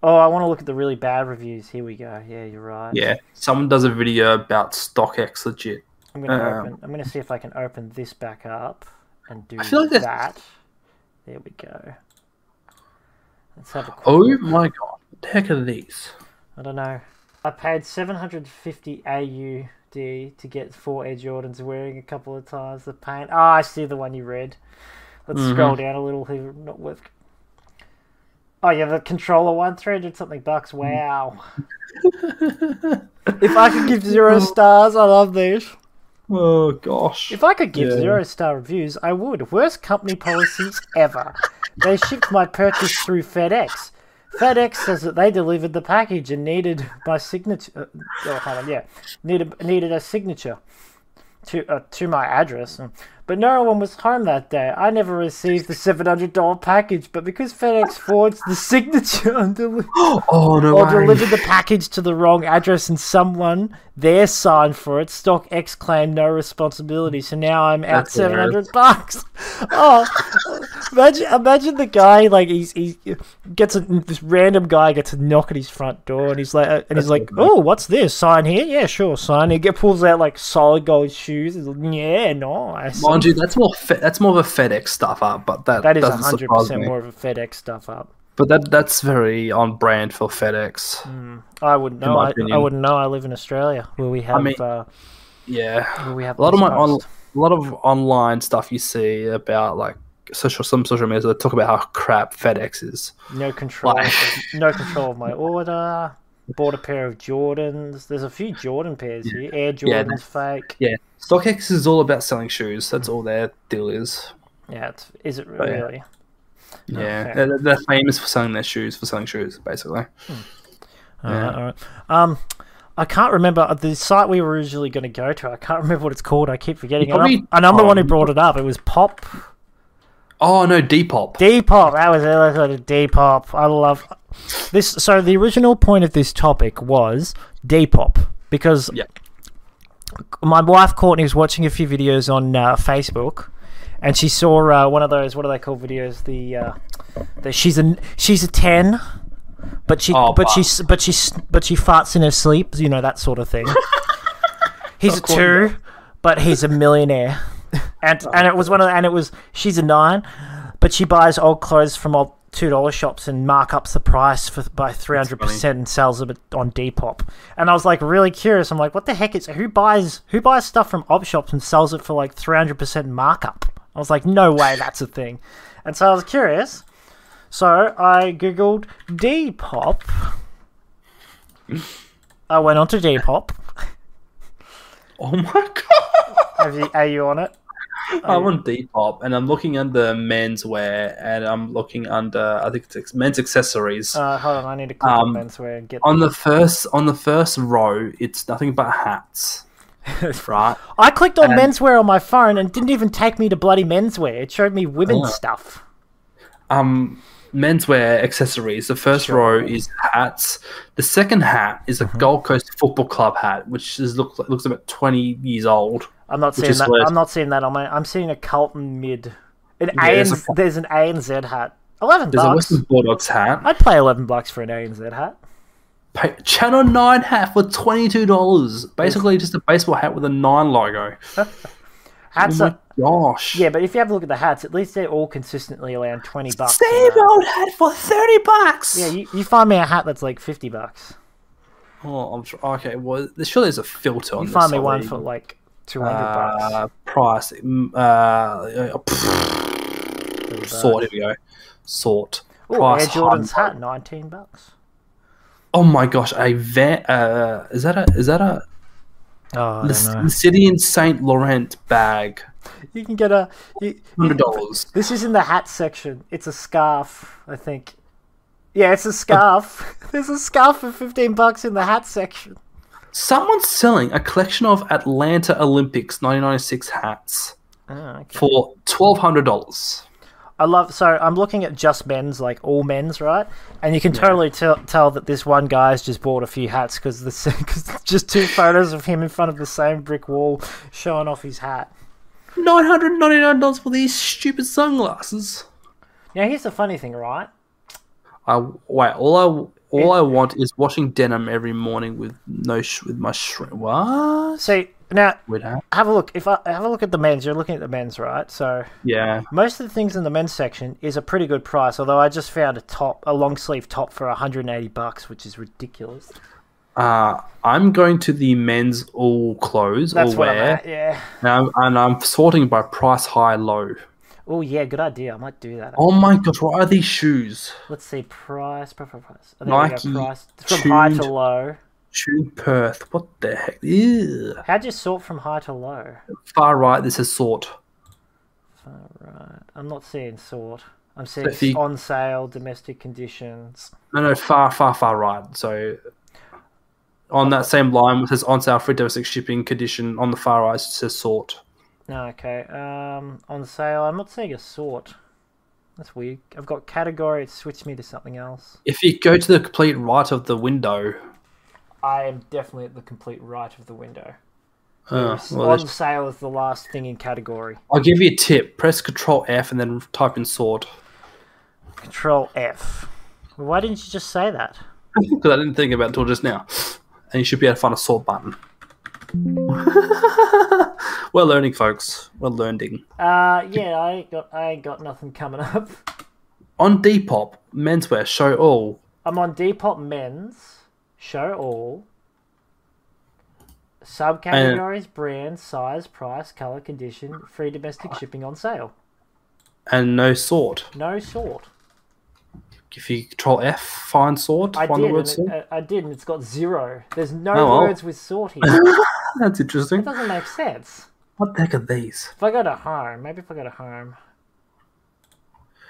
S1: Oh, I want to look at the really bad reviews. Here we go. Yeah, you're right.
S2: Yeah, someone does a video about StockX legit.
S1: I'm gonna
S2: Um,
S1: open. I'm gonna see if I can open this back up and do
S2: feel like that's-
S1: that. There we go. Let's have a quick.
S2: Oh
S1: look.
S2: my god, what the heck are these?
S1: I don't know. I paid 750 AUD to get four Air Jordans wearing a couple of times the paint. Ah, I see the one you read. Let's scroll down a little here. Not worth. Oh yeah, the controller one, 300 something bucks. Wow. if I could give zero stars, I love these.
S2: Oh gosh.
S1: If I could give
S2: Yeah.
S1: zero star reviews, I would. Worst company policy ever. They shipped my purchase through FedEx. FedEx says that they delivered the package and needed my signature. Uh, oh, hold on, yeah, needed needed a signature to uh, to my address. But no one was home that day. I never received the seven hundred dollar package, but because FedEx forged the signature and delivered
S2: Oh no
S1: or
S2: way.
S1: delivered the package to the wrong address and someone there signed for it. Stock X claimed no responsibility, so now I'm out
S2: That's
S1: seven
S2: hilarious.
S1: hundred bucks. Oh, imagine, imagine the guy like he's he gets a, this random guy gets a knock at his front door and he's like and he's like,
S2: hilarious.
S1: oh, what's this? Sign here? Yeah, sure, sign. He get pulls out like solid gold shoes. He's like, yeah, nice.
S2: Mind you, that's more fe- that's more of a FedEx stuff up, but that
S1: That is
S2: doesn't
S1: hundred
S2: surprise
S1: percent
S2: me.
S1: more of a FedEx stuff up.
S2: But that that's very on brand for FedEx.
S1: I wouldn't know.
S2: my
S1: I, I
S2: opinion.
S1: wouldn't know. I live in Australia where we have.
S2: mean-
S1: uh,
S2: Yeah.
S1: where we have
S2: a lot of
S1: East
S2: my on,
S1: Coast.
S2: a lot of online stuff you see about like social some social media that talk about how crap FedEx is.
S1: No control.
S2: Like-
S1: of- no control of my order. Bought a pair of Jordans. There's a few Jordan pairs here. Air
S2: Yeah,
S1: Jordans fake.
S2: Yeah, StockX is all about selling shoes. That's all their deal is.
S1: Oh, Yeah, it's, is it
S2: yeah.
S1: really? fair.
S2: Yeah, they're, they're famous for selling their shoes for selling shoes, basically.
S1: All right, all right. Um, I can't remember uh, the site we were originally going to go to. I can't remember what it's called. I keep forgetting. And I'm,
S2: Probably-
S1: and I'm the one who
S2: um,
S1: brought it up. It was Pop
S2: Oh no, Depop.
S1: Depop. That was it. That's what it- Depop. I love this. So the original point of this topic was Depop because
S2: Yeah.
S1: my wife Courtney was watching a few videos on uh, Facebook, and she saw uh, one of those what are they called videos? The, uh, the she's a she's a ten, but she
S2: Oh,
S1: but
S2: wow.
S1: she she's but she's but she farts in her sleep. You know that sort of thing. he's a two, but he's a millionaire, and and it was one of the, and it was she's a nine, but she buys old clothes from old. Two dollar shops and markups the price for by three hundred percent and sells them on Depop. And I was like really curious. I'm like, what the heck is who buys who buys stuff from op shops and sells it for like three hundred percent markup? I was like, no way, that's a thing. And so I was curious. So I googled Depop. I went onto Depop.
S2: Oh my god.
S1: Have you, are you on it?
S2: I'm on Depop and I'm looking under menswear and I'm looking under I think it's ex- men's accessories.
S1: Uh, hold on, I need to click
S2: Um,
S1: on menswear and get.
S2: on the first on the first row, it's nothing but hats. right.
S1: I clicked on
S2: and-
S1: menswear on my phone and it didn't even take me to bloody menswear. It showed me women's
S2: Yeah.
S1: stuff.
S2: um menswear accessories. The first row is hats. The second hat is a Gold Coast Football Club hat, which is look looks about twenty years old.
S1: I'm not
S2: Which
S1: seeing
S2: is
S1: that.
S2: weird.
S1: I'm not seeing that on my. I'm seeing a Carlton mid. An
S2: Yeah,
S1: a and,
S2: there's a
S1: Z-
S2: fu-
S1: there's an A and Z hat. Eleven
S2: There's a
S1: bucks.
S2: Western Bulldogs hat.
S1: I'd play eleven bucks for an A and Z hat.
S2: Pa- Channel Nine hat for twenty two dollars. Basically, just a baseball hat with a nine logo.
S1: Hats are
S2: Gosh.
S1: yeah, but if you have a look at the hats, at least they're all consistently around twenty bucks.
S2: Same old hat for thirty bucks.
S1: Yeah, you, you find me a hat that's like fifty bucks.
S2: Oh, I'm sure. Okay, well, there surely there's a filter on
S1: You
S2: this.
S1: find me one
S2: already.
S1: for like two hundred bucks.
S2: uh, price. mm, Uh, uh, sort. Here we go. Sort.
S1: Ooh, Air Jordan's
S2: hundred.
S1: hat, nineteen bucks.
S2: Oh my gosh, a van. Uh, is that a is that a
S1: Oh, I
S2: the, c- the city in Saint Laurent bag?
S1: You can get a. You,
S2: Hundred dollars.
S1: this is in the hat section. It's a scarf, I think. Yeah, it's a scarf. There's a scarf for 15 bucks in the hat section.
S2: Someone's selling a collection of Atlanta Olympics 1996 hats
S1: Ah,
S2: for twelve hundred dollars.
S1: I love. So I'm looking at just men's, like all men's, right? And you can totally tell tell that this one guy's just bought a few hats because the because just two photos of him in front of the same brick wall showing off his hat.
S2: Nine hundred ninety nine dollars for these stupid sunglasses.
S1: Now here's the funny thing, right?
S2: I wait. All I all I want is washing denim every morning with no sh- with my shrimp. What?
S1: See now,
S2: With hat?
S1: have a look. If I have a look at the men's, you're looking at the men's, right? So
S2: Yeah.
S1: most of the things in the men's section is a pretty good price. Although I just found a top, a long sleeve top for 180 bucks, which is ridiculous.
S2: Uh, I'm going to the men's all clothes
S1: That's
S2: all
S1: what
S2: wear,
S1: I'm at. Yeah.
S2: and, I'm, and I'm sorting by price, high, low.
S1: Oh yeah, good idea. I might do that.
S2: Oh my gosh, what are these shoes?
S1: Let's see, price, price, price. price. Oh, there we go,
S2: Nike,
S1: price. From high to
S2: tuned.
S1: low.
S2: Shoe Perth. What the heck? Ew.
S1: How'd you sort from high to low?
S2: Far right. This is sort.
S1: Right. I'm not seeing sort. I'm seeing
S2: But the-
S1: on sale, domestic conditions.
S2: No, no, far, far, far right. So on that same line, it says on sale free domestic shipping condition. On the far right, it says sort.
S1: No, okay. Um, on sale, I'm not seeing a sort. That's weird. I've got category, it switched me to something else.
S2: If you go to the complete right of the window,
S1: I am definitely at the complete right of the window.
S2: uh, well,
S1: on
S2: there's-
S1: sale is the last thing in category.
S2: I'll give you a tip. Press Control F and then type in sort.
S1: Control F. Why didn't you just say that?
S2: Because I didn't think about it until just now. And you should be able to find a sort button. We're learning, folks. We're learning.
S1: Uh, yeah, I ain't got, I ain't got nothing coming up.
S2: On Depop, menswear, show all.
S1: I'm on Depop Men's, Show All, subcategories, brand, size, price, color, condition, free domestic shipping on sale.
S2: And no sort.
S1: No sort.
S2: If you control F, find sort,
S1: I
S2: find
S1: did.
S2: the
S1: and
S2: word
S1: it- uh,
S2: sort.
S1: I, I did, and it's got zero. There's no
S2: Oh, well.
S1: words with sort here. it
S2: That's interesting.
S1: doesn't make sense.
S2: What the heck are these?
S1: If I go to home, maybe if I go to home,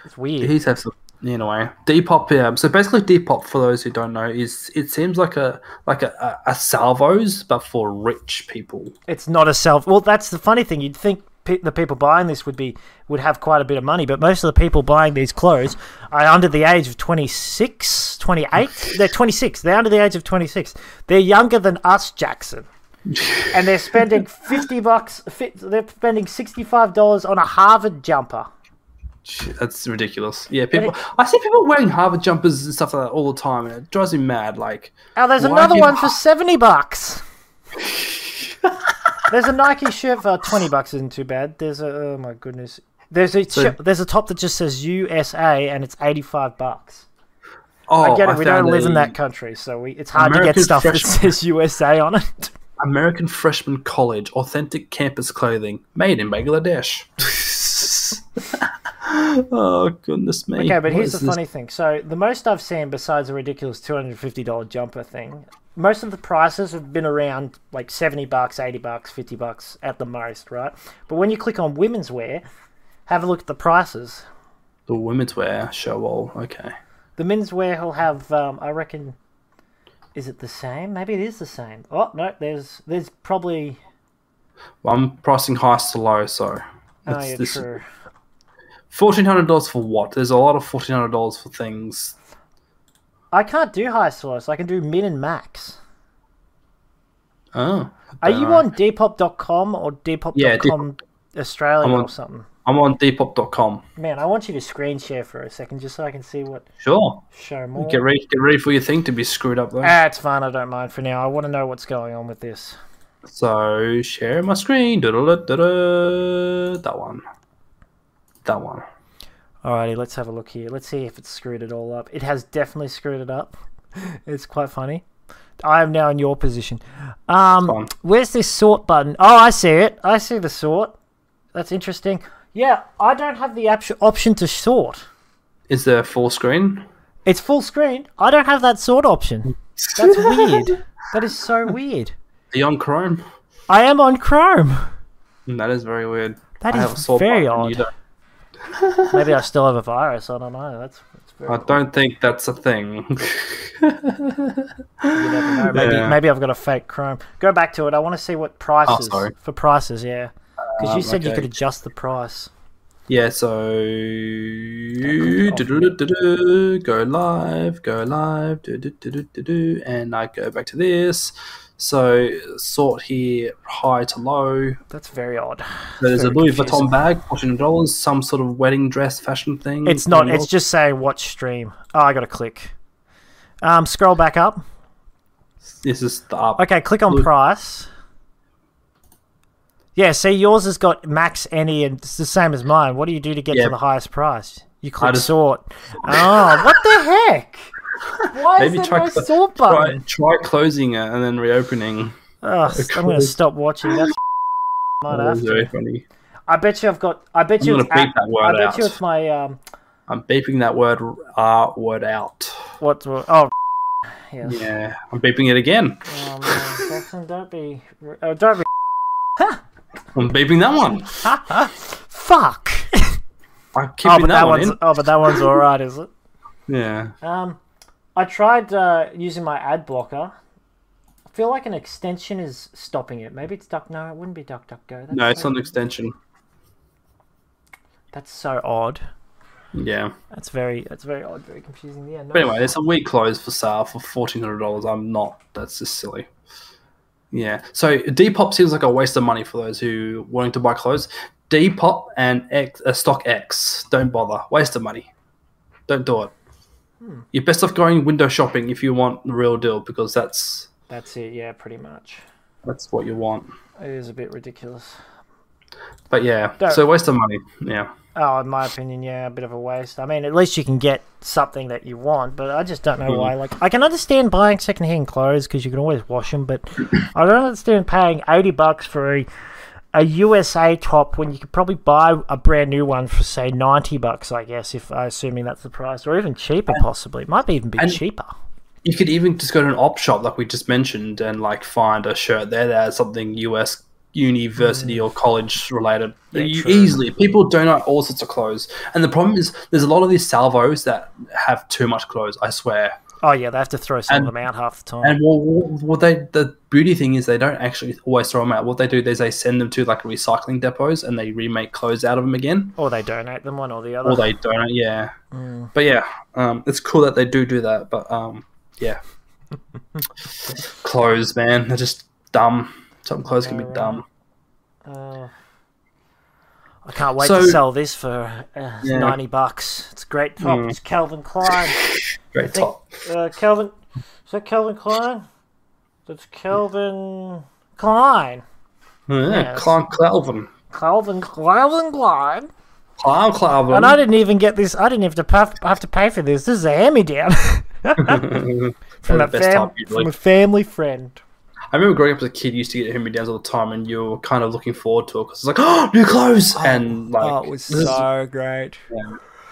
S1: it's weird.
S2: These have some. Anyway, Depop. Um, so basically, Depop for those who don't know is it seems like a like a, a, a Salvos but for rich people.
S1: It's not a self. Well, that's the funny thing. You'd think pe- the people buying this would be would have quite a bit of money, but most of the people buying these clothes are under the age of 26, 28. They're 26. They're under the age of 26. They're younger than us, Jackson. and they're spending 50 bucks fi- they're spending $65 on a Harvard jumper.
S2: Shit, That's ridiculous. Yeah, people. I see people wearing Harvard jumpers and stuff like that all the time, and it drives me mad. Like,
S1: Oh, there's
S2: Why
S1: another
S2: do you-
S1: one for 70 bucks. there's a Nike shirt for 20 bucks isn't too bad. There's a oh my goodness. There's a
S2: So-
S1: shi- there's a top that just says USA and it's 85 bucks.
S2: oh,
S1: I get it. we don't
S2: found
S1: live in
S2: a
S1: that country, so we, it's hard to
S2: American
S1: get stuff that
S2: freshman-
S1: says USA on it.
S2: American freshman college authentic campus clothing made in Bangladesh. oh goodness me.
S1: Okay, but
S2: What
S1: here's
S2: is
S1: the
S2: this?
S1: funny thing. So the most I've seen, besides a ridiculous two hundred and fifty dollar jumper thing, most of the prices have been around like seventy bucks, eighty bucks, fifty bucks at the most, right? But when you click on women's wear, have a look at the prices.
S2: The women's wear show all. Okay.
S1: The men's wear will have, um, I reckon, is it the same? Maybe it is the same. Oh no, there's there's probably
S2: Well, I'm pricing highest to low, so.
S1: oh,
S2: that's
S1: yeah,
S2: this-
S1: true.
S2: $1,400 for what? There's a lot of $1,400 for things.
S1: I can't do high source. I can do min and max.
S2: Oh.
S1: Are you on Depop.com or Depop.com
S2: Yeah, Depop.
S1: Australia
S2: I'm on-
S1: or something?
S2: I'm on depop.com.
S1: Man, I want you to screen share for a second just so I can see what
S2: Sure.
S1: show more.
S2: Get ready, get ready for your thing to be screwed up, though.
S1: ah, it's fine. I don't mind for now. I want to know what's going on with this.
S2: So, share my screen. Da-da-da-da-da. That one. That one.
S1: Alrighty, let's have a look here. Let's see if it's screwed it all up. It has definitely screwed it up. it's quite funny. I am now in your position. Um,
S2: Fine.
S1: where's this sort button? Oh, I see it. I see the sort. That's interesting. Yeah, I don't have the option option to sort.
S2: Is there full screen?
S1: It's full screen. I don't have that sort option. That's weird. That is so weird.
S2: Are you on Chrome? Hmm,
S1: I am on Chrome.
S2: That is very weird.
S1: That
S2: I
S1: is
S2: have a sword
S1: very
S2: button, you
S1: odd.
S2: don't.
S1: Maybe I still have a virus. I don't know. That's, that's
S2: I don't think that's a thing.
S1: No, maybe
S2: Yeah.
S1: maybe I've got a fake Chrome. Go back to it. I want to see what prices
S2: Oh, sorry.
S1: for prices. Yeah, because you
S2: Um,
S1: said you
S2: okay.
S1: could adjust the price.
S2: yeah, so do-do-do-do-do, go live, go live, do-do-do-do-do, and I go back to this. So sort here high to low.
S1: That's very odd.
S2: So there's a
S1: Very
S2: Louis
S1: confusing.
S2: Vuitton bag, fourteen dollars, some sort of wedding dress fashion thing.
S1: It's not.
S2: $20.
S1: It's just saying watch stream. Oh, I got to click. Um, scroll back up.
S2: this is the up.
S1: Okay, click on
S2: Look.
S1: price. Yeah, see, yours has got max any, and it's the same as mine. What do you do to get
S2: Yeah.
S1: to the highest price? You click
S2: just-
S1: sort. Oh, what the heck? Why
S2: Maybe
S1: is
S2: try,
S1: there no
S2: cl-
S1: sort
S2: try
S1: button?
S2: try closing it and then reopening.
S1: Oh, s- I'm gonna
S2: close.
S1: stop watching. That's might
S2: That was
S1: have to.
S2: very funny.
S1: I bet you I've got. I bet
S2: Oh, I'm
S1: you.
S2: gonna
S1: It's at,
S2: beep that word
S1: I bet
S2: out.
S1: you it's my um.
S2: I'm beeping that word R word out.
S1: What? Oh, yes.
S2: Yeah, I'm beeping it again.
S1: Oh, man. Jackson, don't be. Oh, don't be.
S2: I'm beeping that one.
S1: Fuck.
S2: I'm keeping
S1: Oh, but
S2: that,
S1: that
S2: one
S1: one's.
S2: in.
S1: Oh, but that one's all right, is it?
S2: Yeah.
S1: Um, I tried uh, using my ad blocker. I feel like an extension is stopping it. Maybe it's Duck. No, it wouldn't be Duck Duck Go. That's
S2: No,
S1: so,
S2: it's not an extension.
S1: That's so odd.
S2: Yeah.
S1: That's very. That's very odd. Very confusing. Yeah. No.
S2: But anyway, there's a week close for sale for fourteen hundred dollars. I'm not. That's just silly. Yeah. So Depop seems like a waste of money for those who wanting to buy clothes. Depop and X, uh, Stock X. Don't bother. Waste of money. Don't do it. You're best off going window shopping if you want the real deal because that's
S1: That's it. Yeah, pretty much.
S2: that's what you want.
S1: It is a bit ridiculous.
S2: But yeah,
S1: Don't-
S2: so waste of money. Yeah.
S1: Oh, in my opinion, yeah, a bit of a waste. I mean, at least you can get something that you want, but I just don't know
S2: Hmm.
S1: why. Like, I can understand buying secondhand clothes because you can always wash them, but I don't understand paying eighty bucks for a, a USA top when you could probably buy a brand new one for say ninety bucks. I guess if uh, assuming that's the price, or even cheaper, possibly. It might be even be
S2: and-
S1: cheaper.
S2: You could even just go to an op shop like we just mentioned and like find a shirt there that has something US university or college related. you
S1: true.
S2: easily people donate all sorts of clothes. And the problem is there's a lot of these salvos that have too much clothes, I swear.
S1: Oh yeah, they have to throw some
S2: and-
S1: of them out half the time.
S2: And well, what they the beauty thing is they don't actually always throw them out. What they do is they send them to like recycling depots and they remake clothes out of them again.
S1: or they donate them, one or the other.
S2: Or they don't, yeah.
S1: Mm.
S2: But yeah, um, it's cool that they do do that. But um, yeah, clothes, man, they're just dumb. Some clothes can be dumb.
S1: Uh, I can't wait
S2: So-
S1: to sell this for uh,
S2: Yeah. Hmm.
S1: 90 bucks. It's a great top. It's Calvin Klein.
S2: Great top.
S1: Uh, Calvin. Is that Calvin Klein? That's Calvin Klein.
S2: Yeah,
S1: yes.
S2: Clown Calvin.
S1: Calvin Calvin Klein.
S2: Clown Calvin.
S1: And I didn't even get this. I didn't have to puff, have to pay for this. This is a hand-me-down from,
S2: the
S1: a
S2: best
S1: fam-
S2: top you'd
S1: from a
S2: like.
S1: family friend.
S2: I remember growing up as a kid, you used to get hand me downs all the time, and you were kind of looking forward to it because it's like, oh, new clothes! and like,
S1: oh,
S2: this is-
S1: great.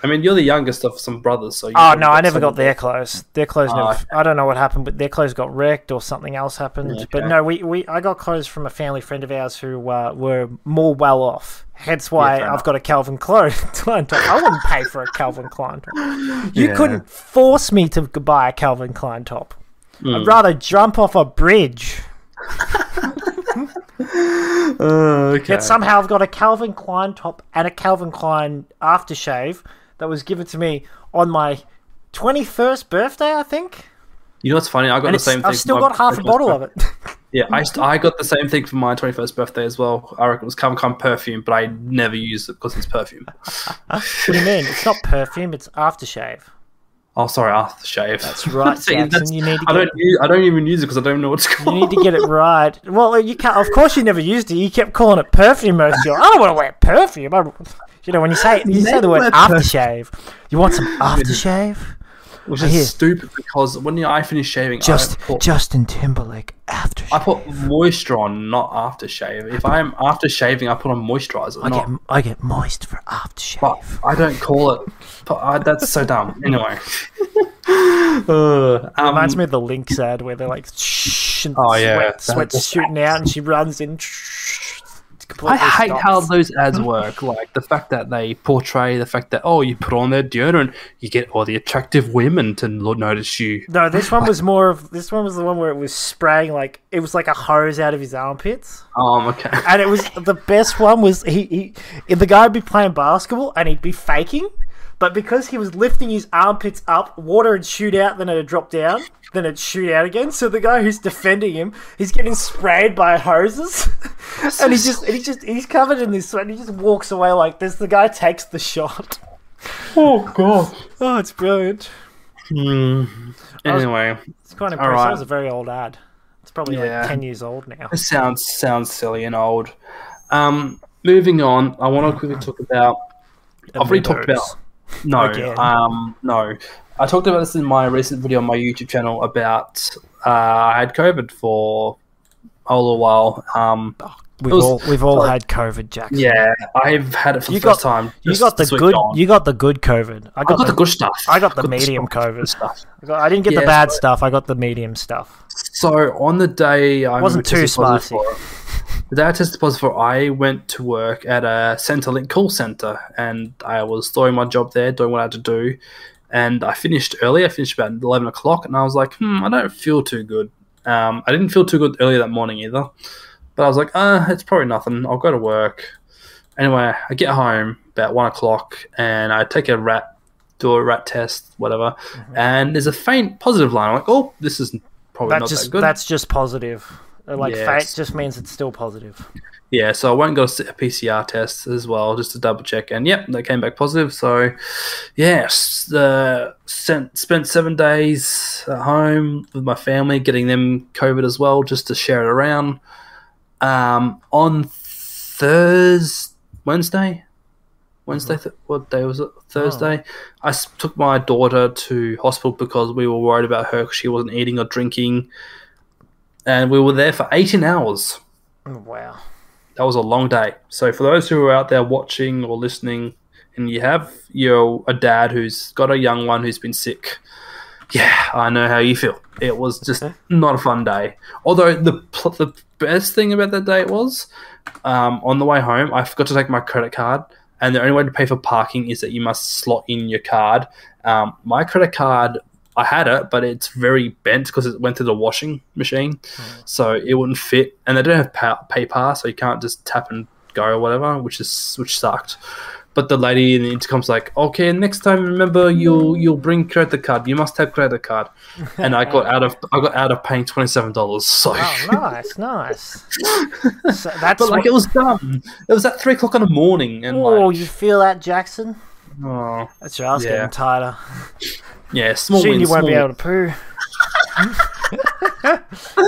S2: I mean, you're the youngest of some brothers, so you
S1: Oh
S2: probably
S1: no, I never
S2: some-
S1: got their clothes. Their clothes never.
S2: Ah,
S1: I don't know what happened, but their clothes got wrecked or something else happened. But
S2: okay.
S1: no, we, we I got clothes from a family friend of ours who uh, were more well off. Hence why
S2: fair
S1: I've
S2: enough.
S1: got a Calvin Klein top. I wouldn't pay for a Calvin Klein top. You
S2: Yeah.
S1: couldn't force me to g- buy a Calvin Klein top.
S2: Hmm.
S1: I'd rather jump off a bridge.
S2: Uh, okay.
S1: Yet somehow I've got a Calvin Klein top and a Calvin Klein aftershave that was given to me on my twenty first birthday, I think.
S2: You know what's funny? I got
S1: And
S2: the same
S1: it's,
S2: thing.
S1: I've
S2: for
S1: still
S2: my
S1: got half a
S2: Christmas
S1: bottle
S2: present.
S1: of it.
S2: Yeah,
S1: Oh,
S2: I, st- I got the same thing for my 21st birthday as well. I reckon it was Calvin Klein perfume, but I never used it because it's perfume.
S1: What do you mean? It's not perfume, it's aftershave.
S2: Oh, sorry, aftershave. That's
S1: right, Jackson, you need to
S2: I
S1: get-
S2: don't, use, I don't even use it because I don't know what it's
S1: You
S2: called.
S1: need to get it right. Well, you can't. Of course, you never used it. You kept calling it perfume most of your. I don't want to wear perfume. I, you know, when you say you say the word
S2: Never perfume.
S1: aftershave, you want some aftershave.
S2: Which
S1: Here.
S2: is stupid because when I finish shaving,
S1: Just
S2: I put,
S1: Justin Timberlake
S2: oh. I
S1: aftershave.
S2: put moisture on, not aftershave. If I'm after shaving, I put on moisturizer.
S1: I
S2: not,
S1: get I get moist for aftershave.
S2: but I don't call it. But I, that's so dumb. Anyway. uh, um,
S1: Reminds me of the Lynx ad where they're like, shh, and
S2: Oh,
S1: sweat,
S2: yeah, that-
S1: sweat's shooting out, and she runs in.
S2: I
S1: completely
S2: hate
S1: stops.
S2: how those ads work. Like the fact that they portray the fact that oh, you put on their deodorant, you get all the attractive women to lo- notice you.
S1: No, this one was more of this one was the one where it was spraying like it was like a hose out of his armpits.
S2: Um, okay.
S1: And it was the best one was he, he the guy would be playing basketball and he'd be faking, but because he was lifting his armpits up, water would shoot out, then it'd drop down, then it'd shoot out again. So the guy who's defending him, he's getting sprayed by hoses, and he's just and he just he's covered in this sweat. and He just walks away like this. The guy takes the shot.
S2: Oh god.
S1: Oh, it's brilliant.
S2: Anyway,
S1: It's quite impressive. It
S2: right.
S1: was a very old ad. It's probably
S2: Yeah.
S1: like ten years old now.
S2: this sounds sounds silly and old. Um, moving on, I want to quickly talk about. I've already talked about
S1: Windows.
S2: No,
S1: Again.
S2: um, no. I talked about this in my recent video on my YouTube channel about uh, I had COVID for a little while. Um,
S1: We've
S2: It was-
S1: all we've all
S2: like-
S1: had COVID, Jackson.
S2: yeah, I've had it for
S1: You
S2: the first
S1: got-
S2: time.
S1: You
S2: just
S1: got the
S2: this week
S1: good.
S2: gone.
S1: You got the good COVID. I
S2: I
S1: got,
S2: got the good stuff.
S1: I got the medium
S2: medium
S1: COVID.
S2: stuff.
S1: I got- I didn't get the
S2: Yeah,
S1: bad
S2: but-
S1: stuff. I got the medium stuff.
S2: So on the day I
S1: Wasn't too
S2: tested positive
S1: spicy.
S2: for- The day I tested positive for, I went to work at a Centrelink call center, and I was doing my job there, doing what I had to do, and I finished early. I finished about eleven o'clock, and I was like, "Hmm, I don't feel too good." Um, I didn't feel too good earlier that morning either, but I was like, "Uh, it's probably nothing. I'll go to work." Anyway, I get home about one o'clock, and I take a rat do a rat test, whatever,
S1: Mm-hmm.
S2: and there's a faint positive line. I'm like, "Oh, this is probably
S1: That
S2: not
S1: just
S2: that good."
S1: that's just positive. Uh, Like
S2: Yes.
S1: fat just means it's still positive.
S2: Yeah, so I went and got a PCR test as well, just to double check. And yep, they came back positive. So, yeah, s- uh, sent, spent seven days at home with my family, getting them COVID as well, just to share it around. Um, on Thursday, Wednesday, Wednesday, th- what day was it? Thursday. I s- took my daughter to hospital because we were worried about her 'cause she wasn't eating or drinking. And we were there for 18 hours
S1: Oh, Wow.
S2: that was a long day. So for those who are out there watching or listening, and you have you're a dad who's got a young one who's been sick, yeah, I know how you feel. It was just not a fun day. Although the pl- the best thing about that day was, um, on the way home, I forgot to take my credit card, and the only way to pay for parking is that you must slot in your card. Um, my credit card. I had it, but it's very bent because it went through the washing machine so it wouldn't fit. And they don't have pa- PayPal, so you can't just tap and go or whatever, which is which sucked. But the lady in the intercom's like, "Okay, next time remember you'll you'll bring credit card. You must have credit card." And I got out of I got out of paying twenty seven dollars. So.
S1: Oh, nice, nice. So that's
S2: But like
S1: what-
S2: it was dumb. It was at three o'clock in the morning, and
S1: Oh,
S2: like,
S1: you feel that, Jackson?
S2: oh,
S1: That's your ass
S2: Yeah.
S1: getting tighter.
S2: yeah, small
S1: Soon
S2: wins,
S1: you won't
S2: small
S1: be able to
S2: wins.
S1: poo.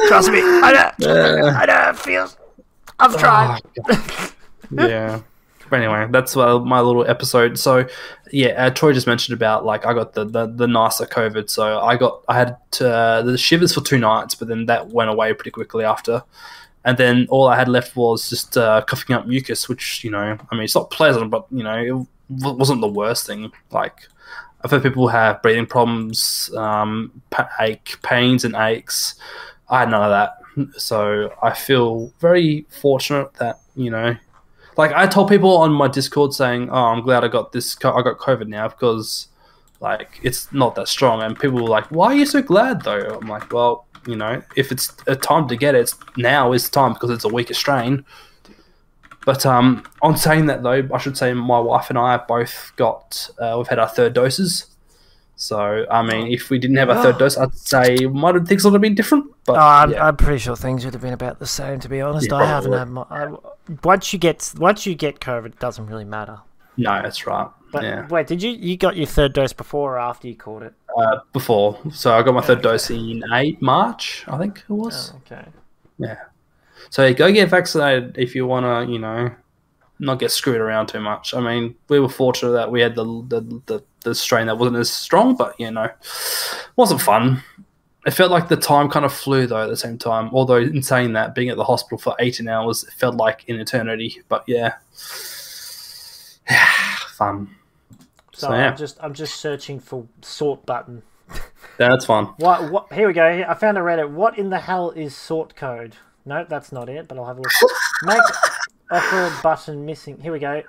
S1: Trust me, I know. I know how it feels. I've
S2: Oh,
S1: tried.
S2: yeah. But anyway, that's uh, my little episode. So, yeah, uh, Troy just mentioned about like I got the the, the nicer COVID. So I got I had uh, the shivers for two nights, but then that went away pretty quickly after. And then all I had left was just uh, coughing up mucus, which you know, I mean, it's not pleasant, but you know, it w- wasn't the worst thing. Like I've heard people have breathing problems, um, pa- ache, pains, and aches. I had none of that, so I feel very fortunate that you know like I told people on my Discord saying, "Oh, I'm glad I got this. Co- I got COVID now because like it's not that strong." And people were like, "Why are you so glad though?" I'm like, "Well, you know, if it's a time to get it, it's, now is the time because it's a weaker strain." But um, on saying that though, I should say my wife and I have both got uh, we've had our third doses. So I mean, if we didn't have our third dose, I'd say might have things would have been different. But
S1: Oh, I'm,
S2: yeah.
S1: I'm pretty sure things would have been about the same. To be honest,
S2: Yeah,
S1: I haven't
S2: probably.
S1: had my. I, once you get once you get COVID, it doesn't really matter.
S2: no, that's right.
S1: But
S2: yeah.
S1: wait, did you you got your third dose before or after you caught it?
S2: uh, before. So I got my third dose in eight March, I think it was.
S1: Okay.
S2: Yeah.
S1: Oh.
S2: So go get vaccinated if you want to, you know, not get screwed around too much. I mean, we were fortunate that we had the the, the, the strain that wasn't as strong, but you know, wasn't fun. It felt like the time kind of flew though at the same time. Although in saying that, being at the hospital for 18 hours it felt like an eternity. But yeah, fun.
S1: So
S2: So, yeah.
S1: I'm just I'm just searching for sort button.
S2: That's fun.
S1: What what? Here we go. I found a Reddit. What in the hell is sort code? No, that's not it. But I'll have a look. Make offer button missing. Here we go.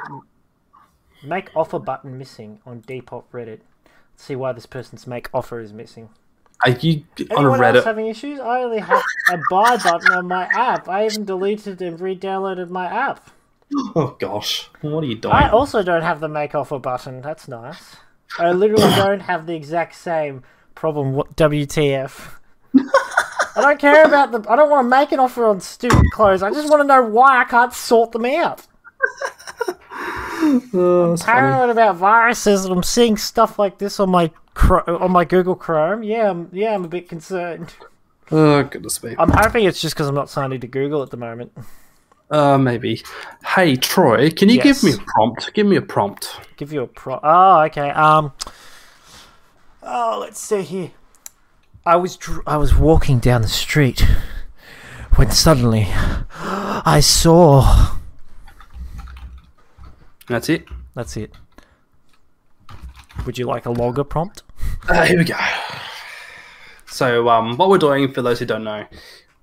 S1: Make offer button missing on Depop Reddit. Let's see why this person's make offer is missing.
S2: Are you on a
S1: Anyone
S2: Reddit?
S1: else having issues? I only have a buy button on my app. I even deleted and re-downloaded my app.
S2: oh gosh, what are you doing?
S1: I also don't have the make offer button. That's nice. I literally don't have the exact same problem. What WTF? I don't care about the. I don't want to make an offer on stupid clothes. I just want to know why I can't sort them out.
S2: Oh, that's funny.
S1: paranoid about viruses and I'm seeing stuff like this on my Chro- on my Google Chrome. Yeah, I'm, yeah, I'm a bit concerned.
S2: Oh, goodness me.
S1: I'm hoping it's just because I'm not signed into Google at the moment.
S2: Uh, maybe. Hey, Troy, can you
S1: Yes.
S2: give me a prompt? Give me a prompt.
S1: Give you a pro. Oh, okay. Um. Oh, let's see here. I was dr- I was walking down the street when suddenly I saw.
S2: That's it.
S1: That's it. Would you like a logger prompt?
S2: Uh, here we go. So, um, what we're doing for those who don't know,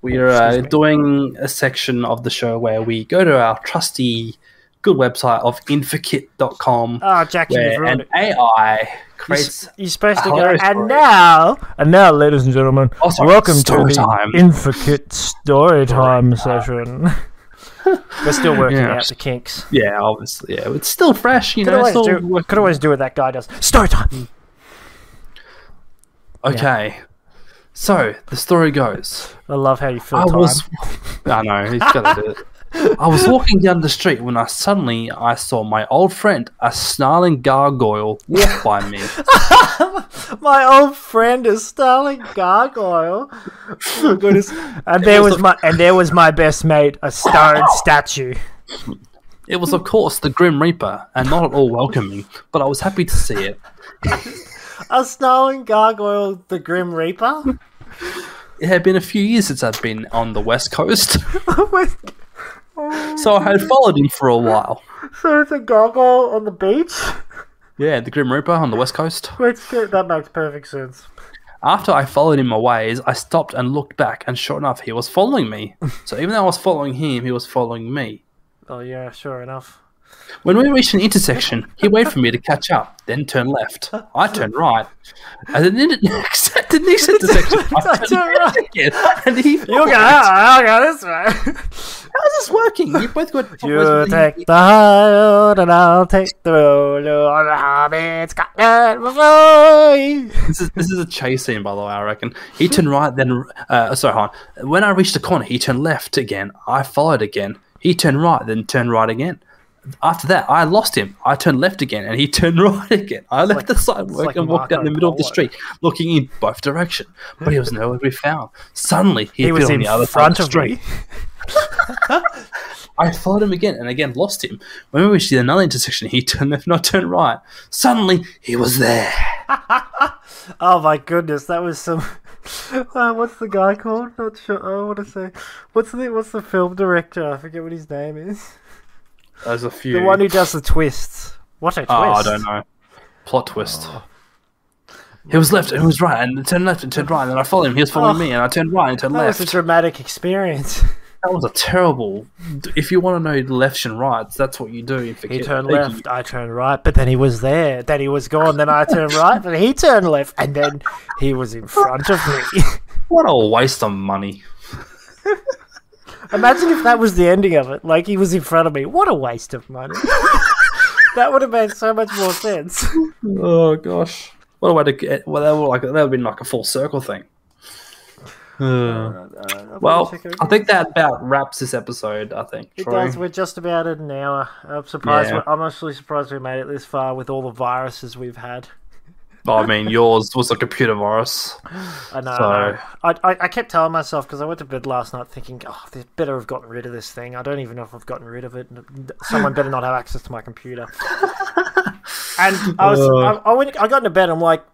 S2: we are uh,
S1: Oh, excuse me.
S2: doing a section of the show where we go to our trusty, good website of Infokit.com,
S1: Oh, Jackie, you've
S2: where
S1: ruined
S2: an
S1: it.
S2: AI
S1: You're,
S2: creates.
S1: s- you're supposed to
S2: a
S1: go.
S2: horror
S1: And
S2: story.
S1: now, and now, ladies and gentlemen,
S2: Oh, sorry,
S1: welcome to
S2: story
S1: the
S2: time.
S1: Infikit story time session. We're still working
S2: Yeah.
S1: out the kinks.
S2: Yeah, obviously. Yeah, it's still fresh. You
S1: Could
S2: know,
S1: always
S2: still
S1: do.
S2: working.
S1: Could always do what that guy does. Story time.
S2: Okay. So the story goes.
S1: I love how you fill
S2: I
S1: time.
S2: was. I know he's gotta do it. I was walking down the street when I suddenly I saw my old friend, a snarling gargoyle, walk by me.
S1: My old friend is Starling Gargoyle. Oh my goodness. And there was my and there was my best mate, a stone statue.
S2: It was, of course, the Grim Reaper, and not at all welcoming, but I was happy to see it.
S1: A Starling Gargoyle, the Grim Reaper.
S2: It had been a few years since I'd been on the West Coast, so I had followed him for a while.
S1: so it's a gargoyle on the beach.
S2: Yeah, the Grim Reaper on the West Coast.
S1: Wait, shit, that makes perfect sense.
S2: After I followed him my ways, I stopped and looked back, and sure enough, he was following me. So even though I was following him, he was following me.
S1: Oh yeah, sure enough.
S2: When we reached an intersection, he waited for me to catch up, then turned left. I turned right. At the next, at the next intersection, I turned right again, and he
S1: You go, I'll go this way.
S2: How's this working? You both got.
S1: you take the high road and I'll take the road on the hobbit's got way.
S2: This is this is a chase scene, by the way. I reckon he turned right, then uh, sorry, hon. When I reached the corner, he turned left again. I followed again. He turned right, then turned right again. After that, I lost him. I turned left again, and he turned right again. I left
S1: like-
S2: the sidewalk
S1: like
S2: and walked down
S1: Marco
S2: the middle of the
S1: Polo.
S2: street, looking in both direction, but he was nowhere to be found. Suddenly,
S1: He
S2: he, appeared
S1: was
S2: on
S1: in
S2: the other
S1: front
S2: side
S1: of
S2: of the street.
S1: me.
S2: I followed him again and again, lost him. When we reached another intersection, he turned left, not turned right. Suddenly, he was there.
S1: Oh my goodness, that was some. Uh, what's the guy called? Not sure. I want to say. What's the What's the film director? I forget what his name is.
S2: There's a few.
S1: The one who does the twists. What a twist! Ah.
S2: Oh, I don't know. Plot twist. He was left and he was right and turned left and turned right and then I followed him. He was following
S1: Oh.
S2: me and I turned right and turned
S1: That
S2: left.
S1: was a dramatic experience.
S2: that was a terrible. If you want to know lefts and rights, that's what you do. If
S1: He turned left, I turned right, but then he was there. Then he was gone. Then I turned right, then he turned left, and then he was in front of me.
S2: What a waste of money.
S1: Imagine if that was the ending of it. Like he was in front of me. What a waste of money. that would have made so much more sense.
S2: Oh gosh. What a way to get. Well, that would like that would have been like a full circle thing.
S1: Uh,
S2: well,
S1: check it
S2: I think that about wraps this episode. I think.
S1: It
S2: Troy.
S1: does. We're just about at an hour. I'm surprised.
S2: Yeah.
S1: we- I'm actually surprised we made it this far with all the viruses we've had.
S2: I mean, yours was a computer virus.
S1: I know. I,
S2: So-
S1: know. I, I, I kept telling myself because I went to bed last night thinking, oh, they better have gotten rid of this thing. I don't even know if I've gotten rid of it. Someone better not have access to my computer. and I was,
S2: Oh.
S1: I, I went, I got into bed. I'm like,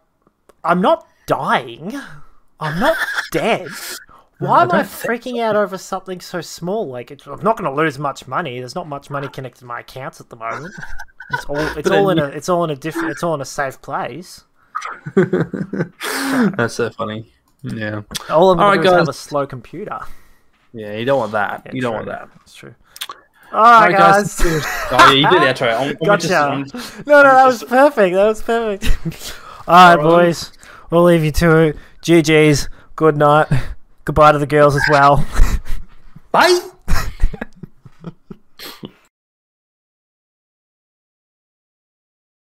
S1: I'm not dying. I'm not dead. Why am I freaking out over something so small? Like, it's, I'm not going to lose much money. There's not much money connected to my accounts at the moment. It's all, it's
S2: then
S1: all in
S2: you-
S1: a, it's all in a different, it's all in a safe place.
S2: That's so funny. Yeah.
S1: All I'm
S2: All
S1: going
S2: right,
S1: to have
S2: guys.
S1: a slow computer.
S2: Yeah, you don't want that. you don't
S1: true.
S2: want that.
S1: That's true. All right,
S2: Alright,
S1: guys.
S2: oh, yeah, you do the outro. I'm, I'm
S1: Gotcha.
S2: just, I'm,
S1: no, no, that was perfect. That was perfect. All right, boys. We'll leave you to it. GG's. Good night. Goodbye to the girls as well.
S2: bye.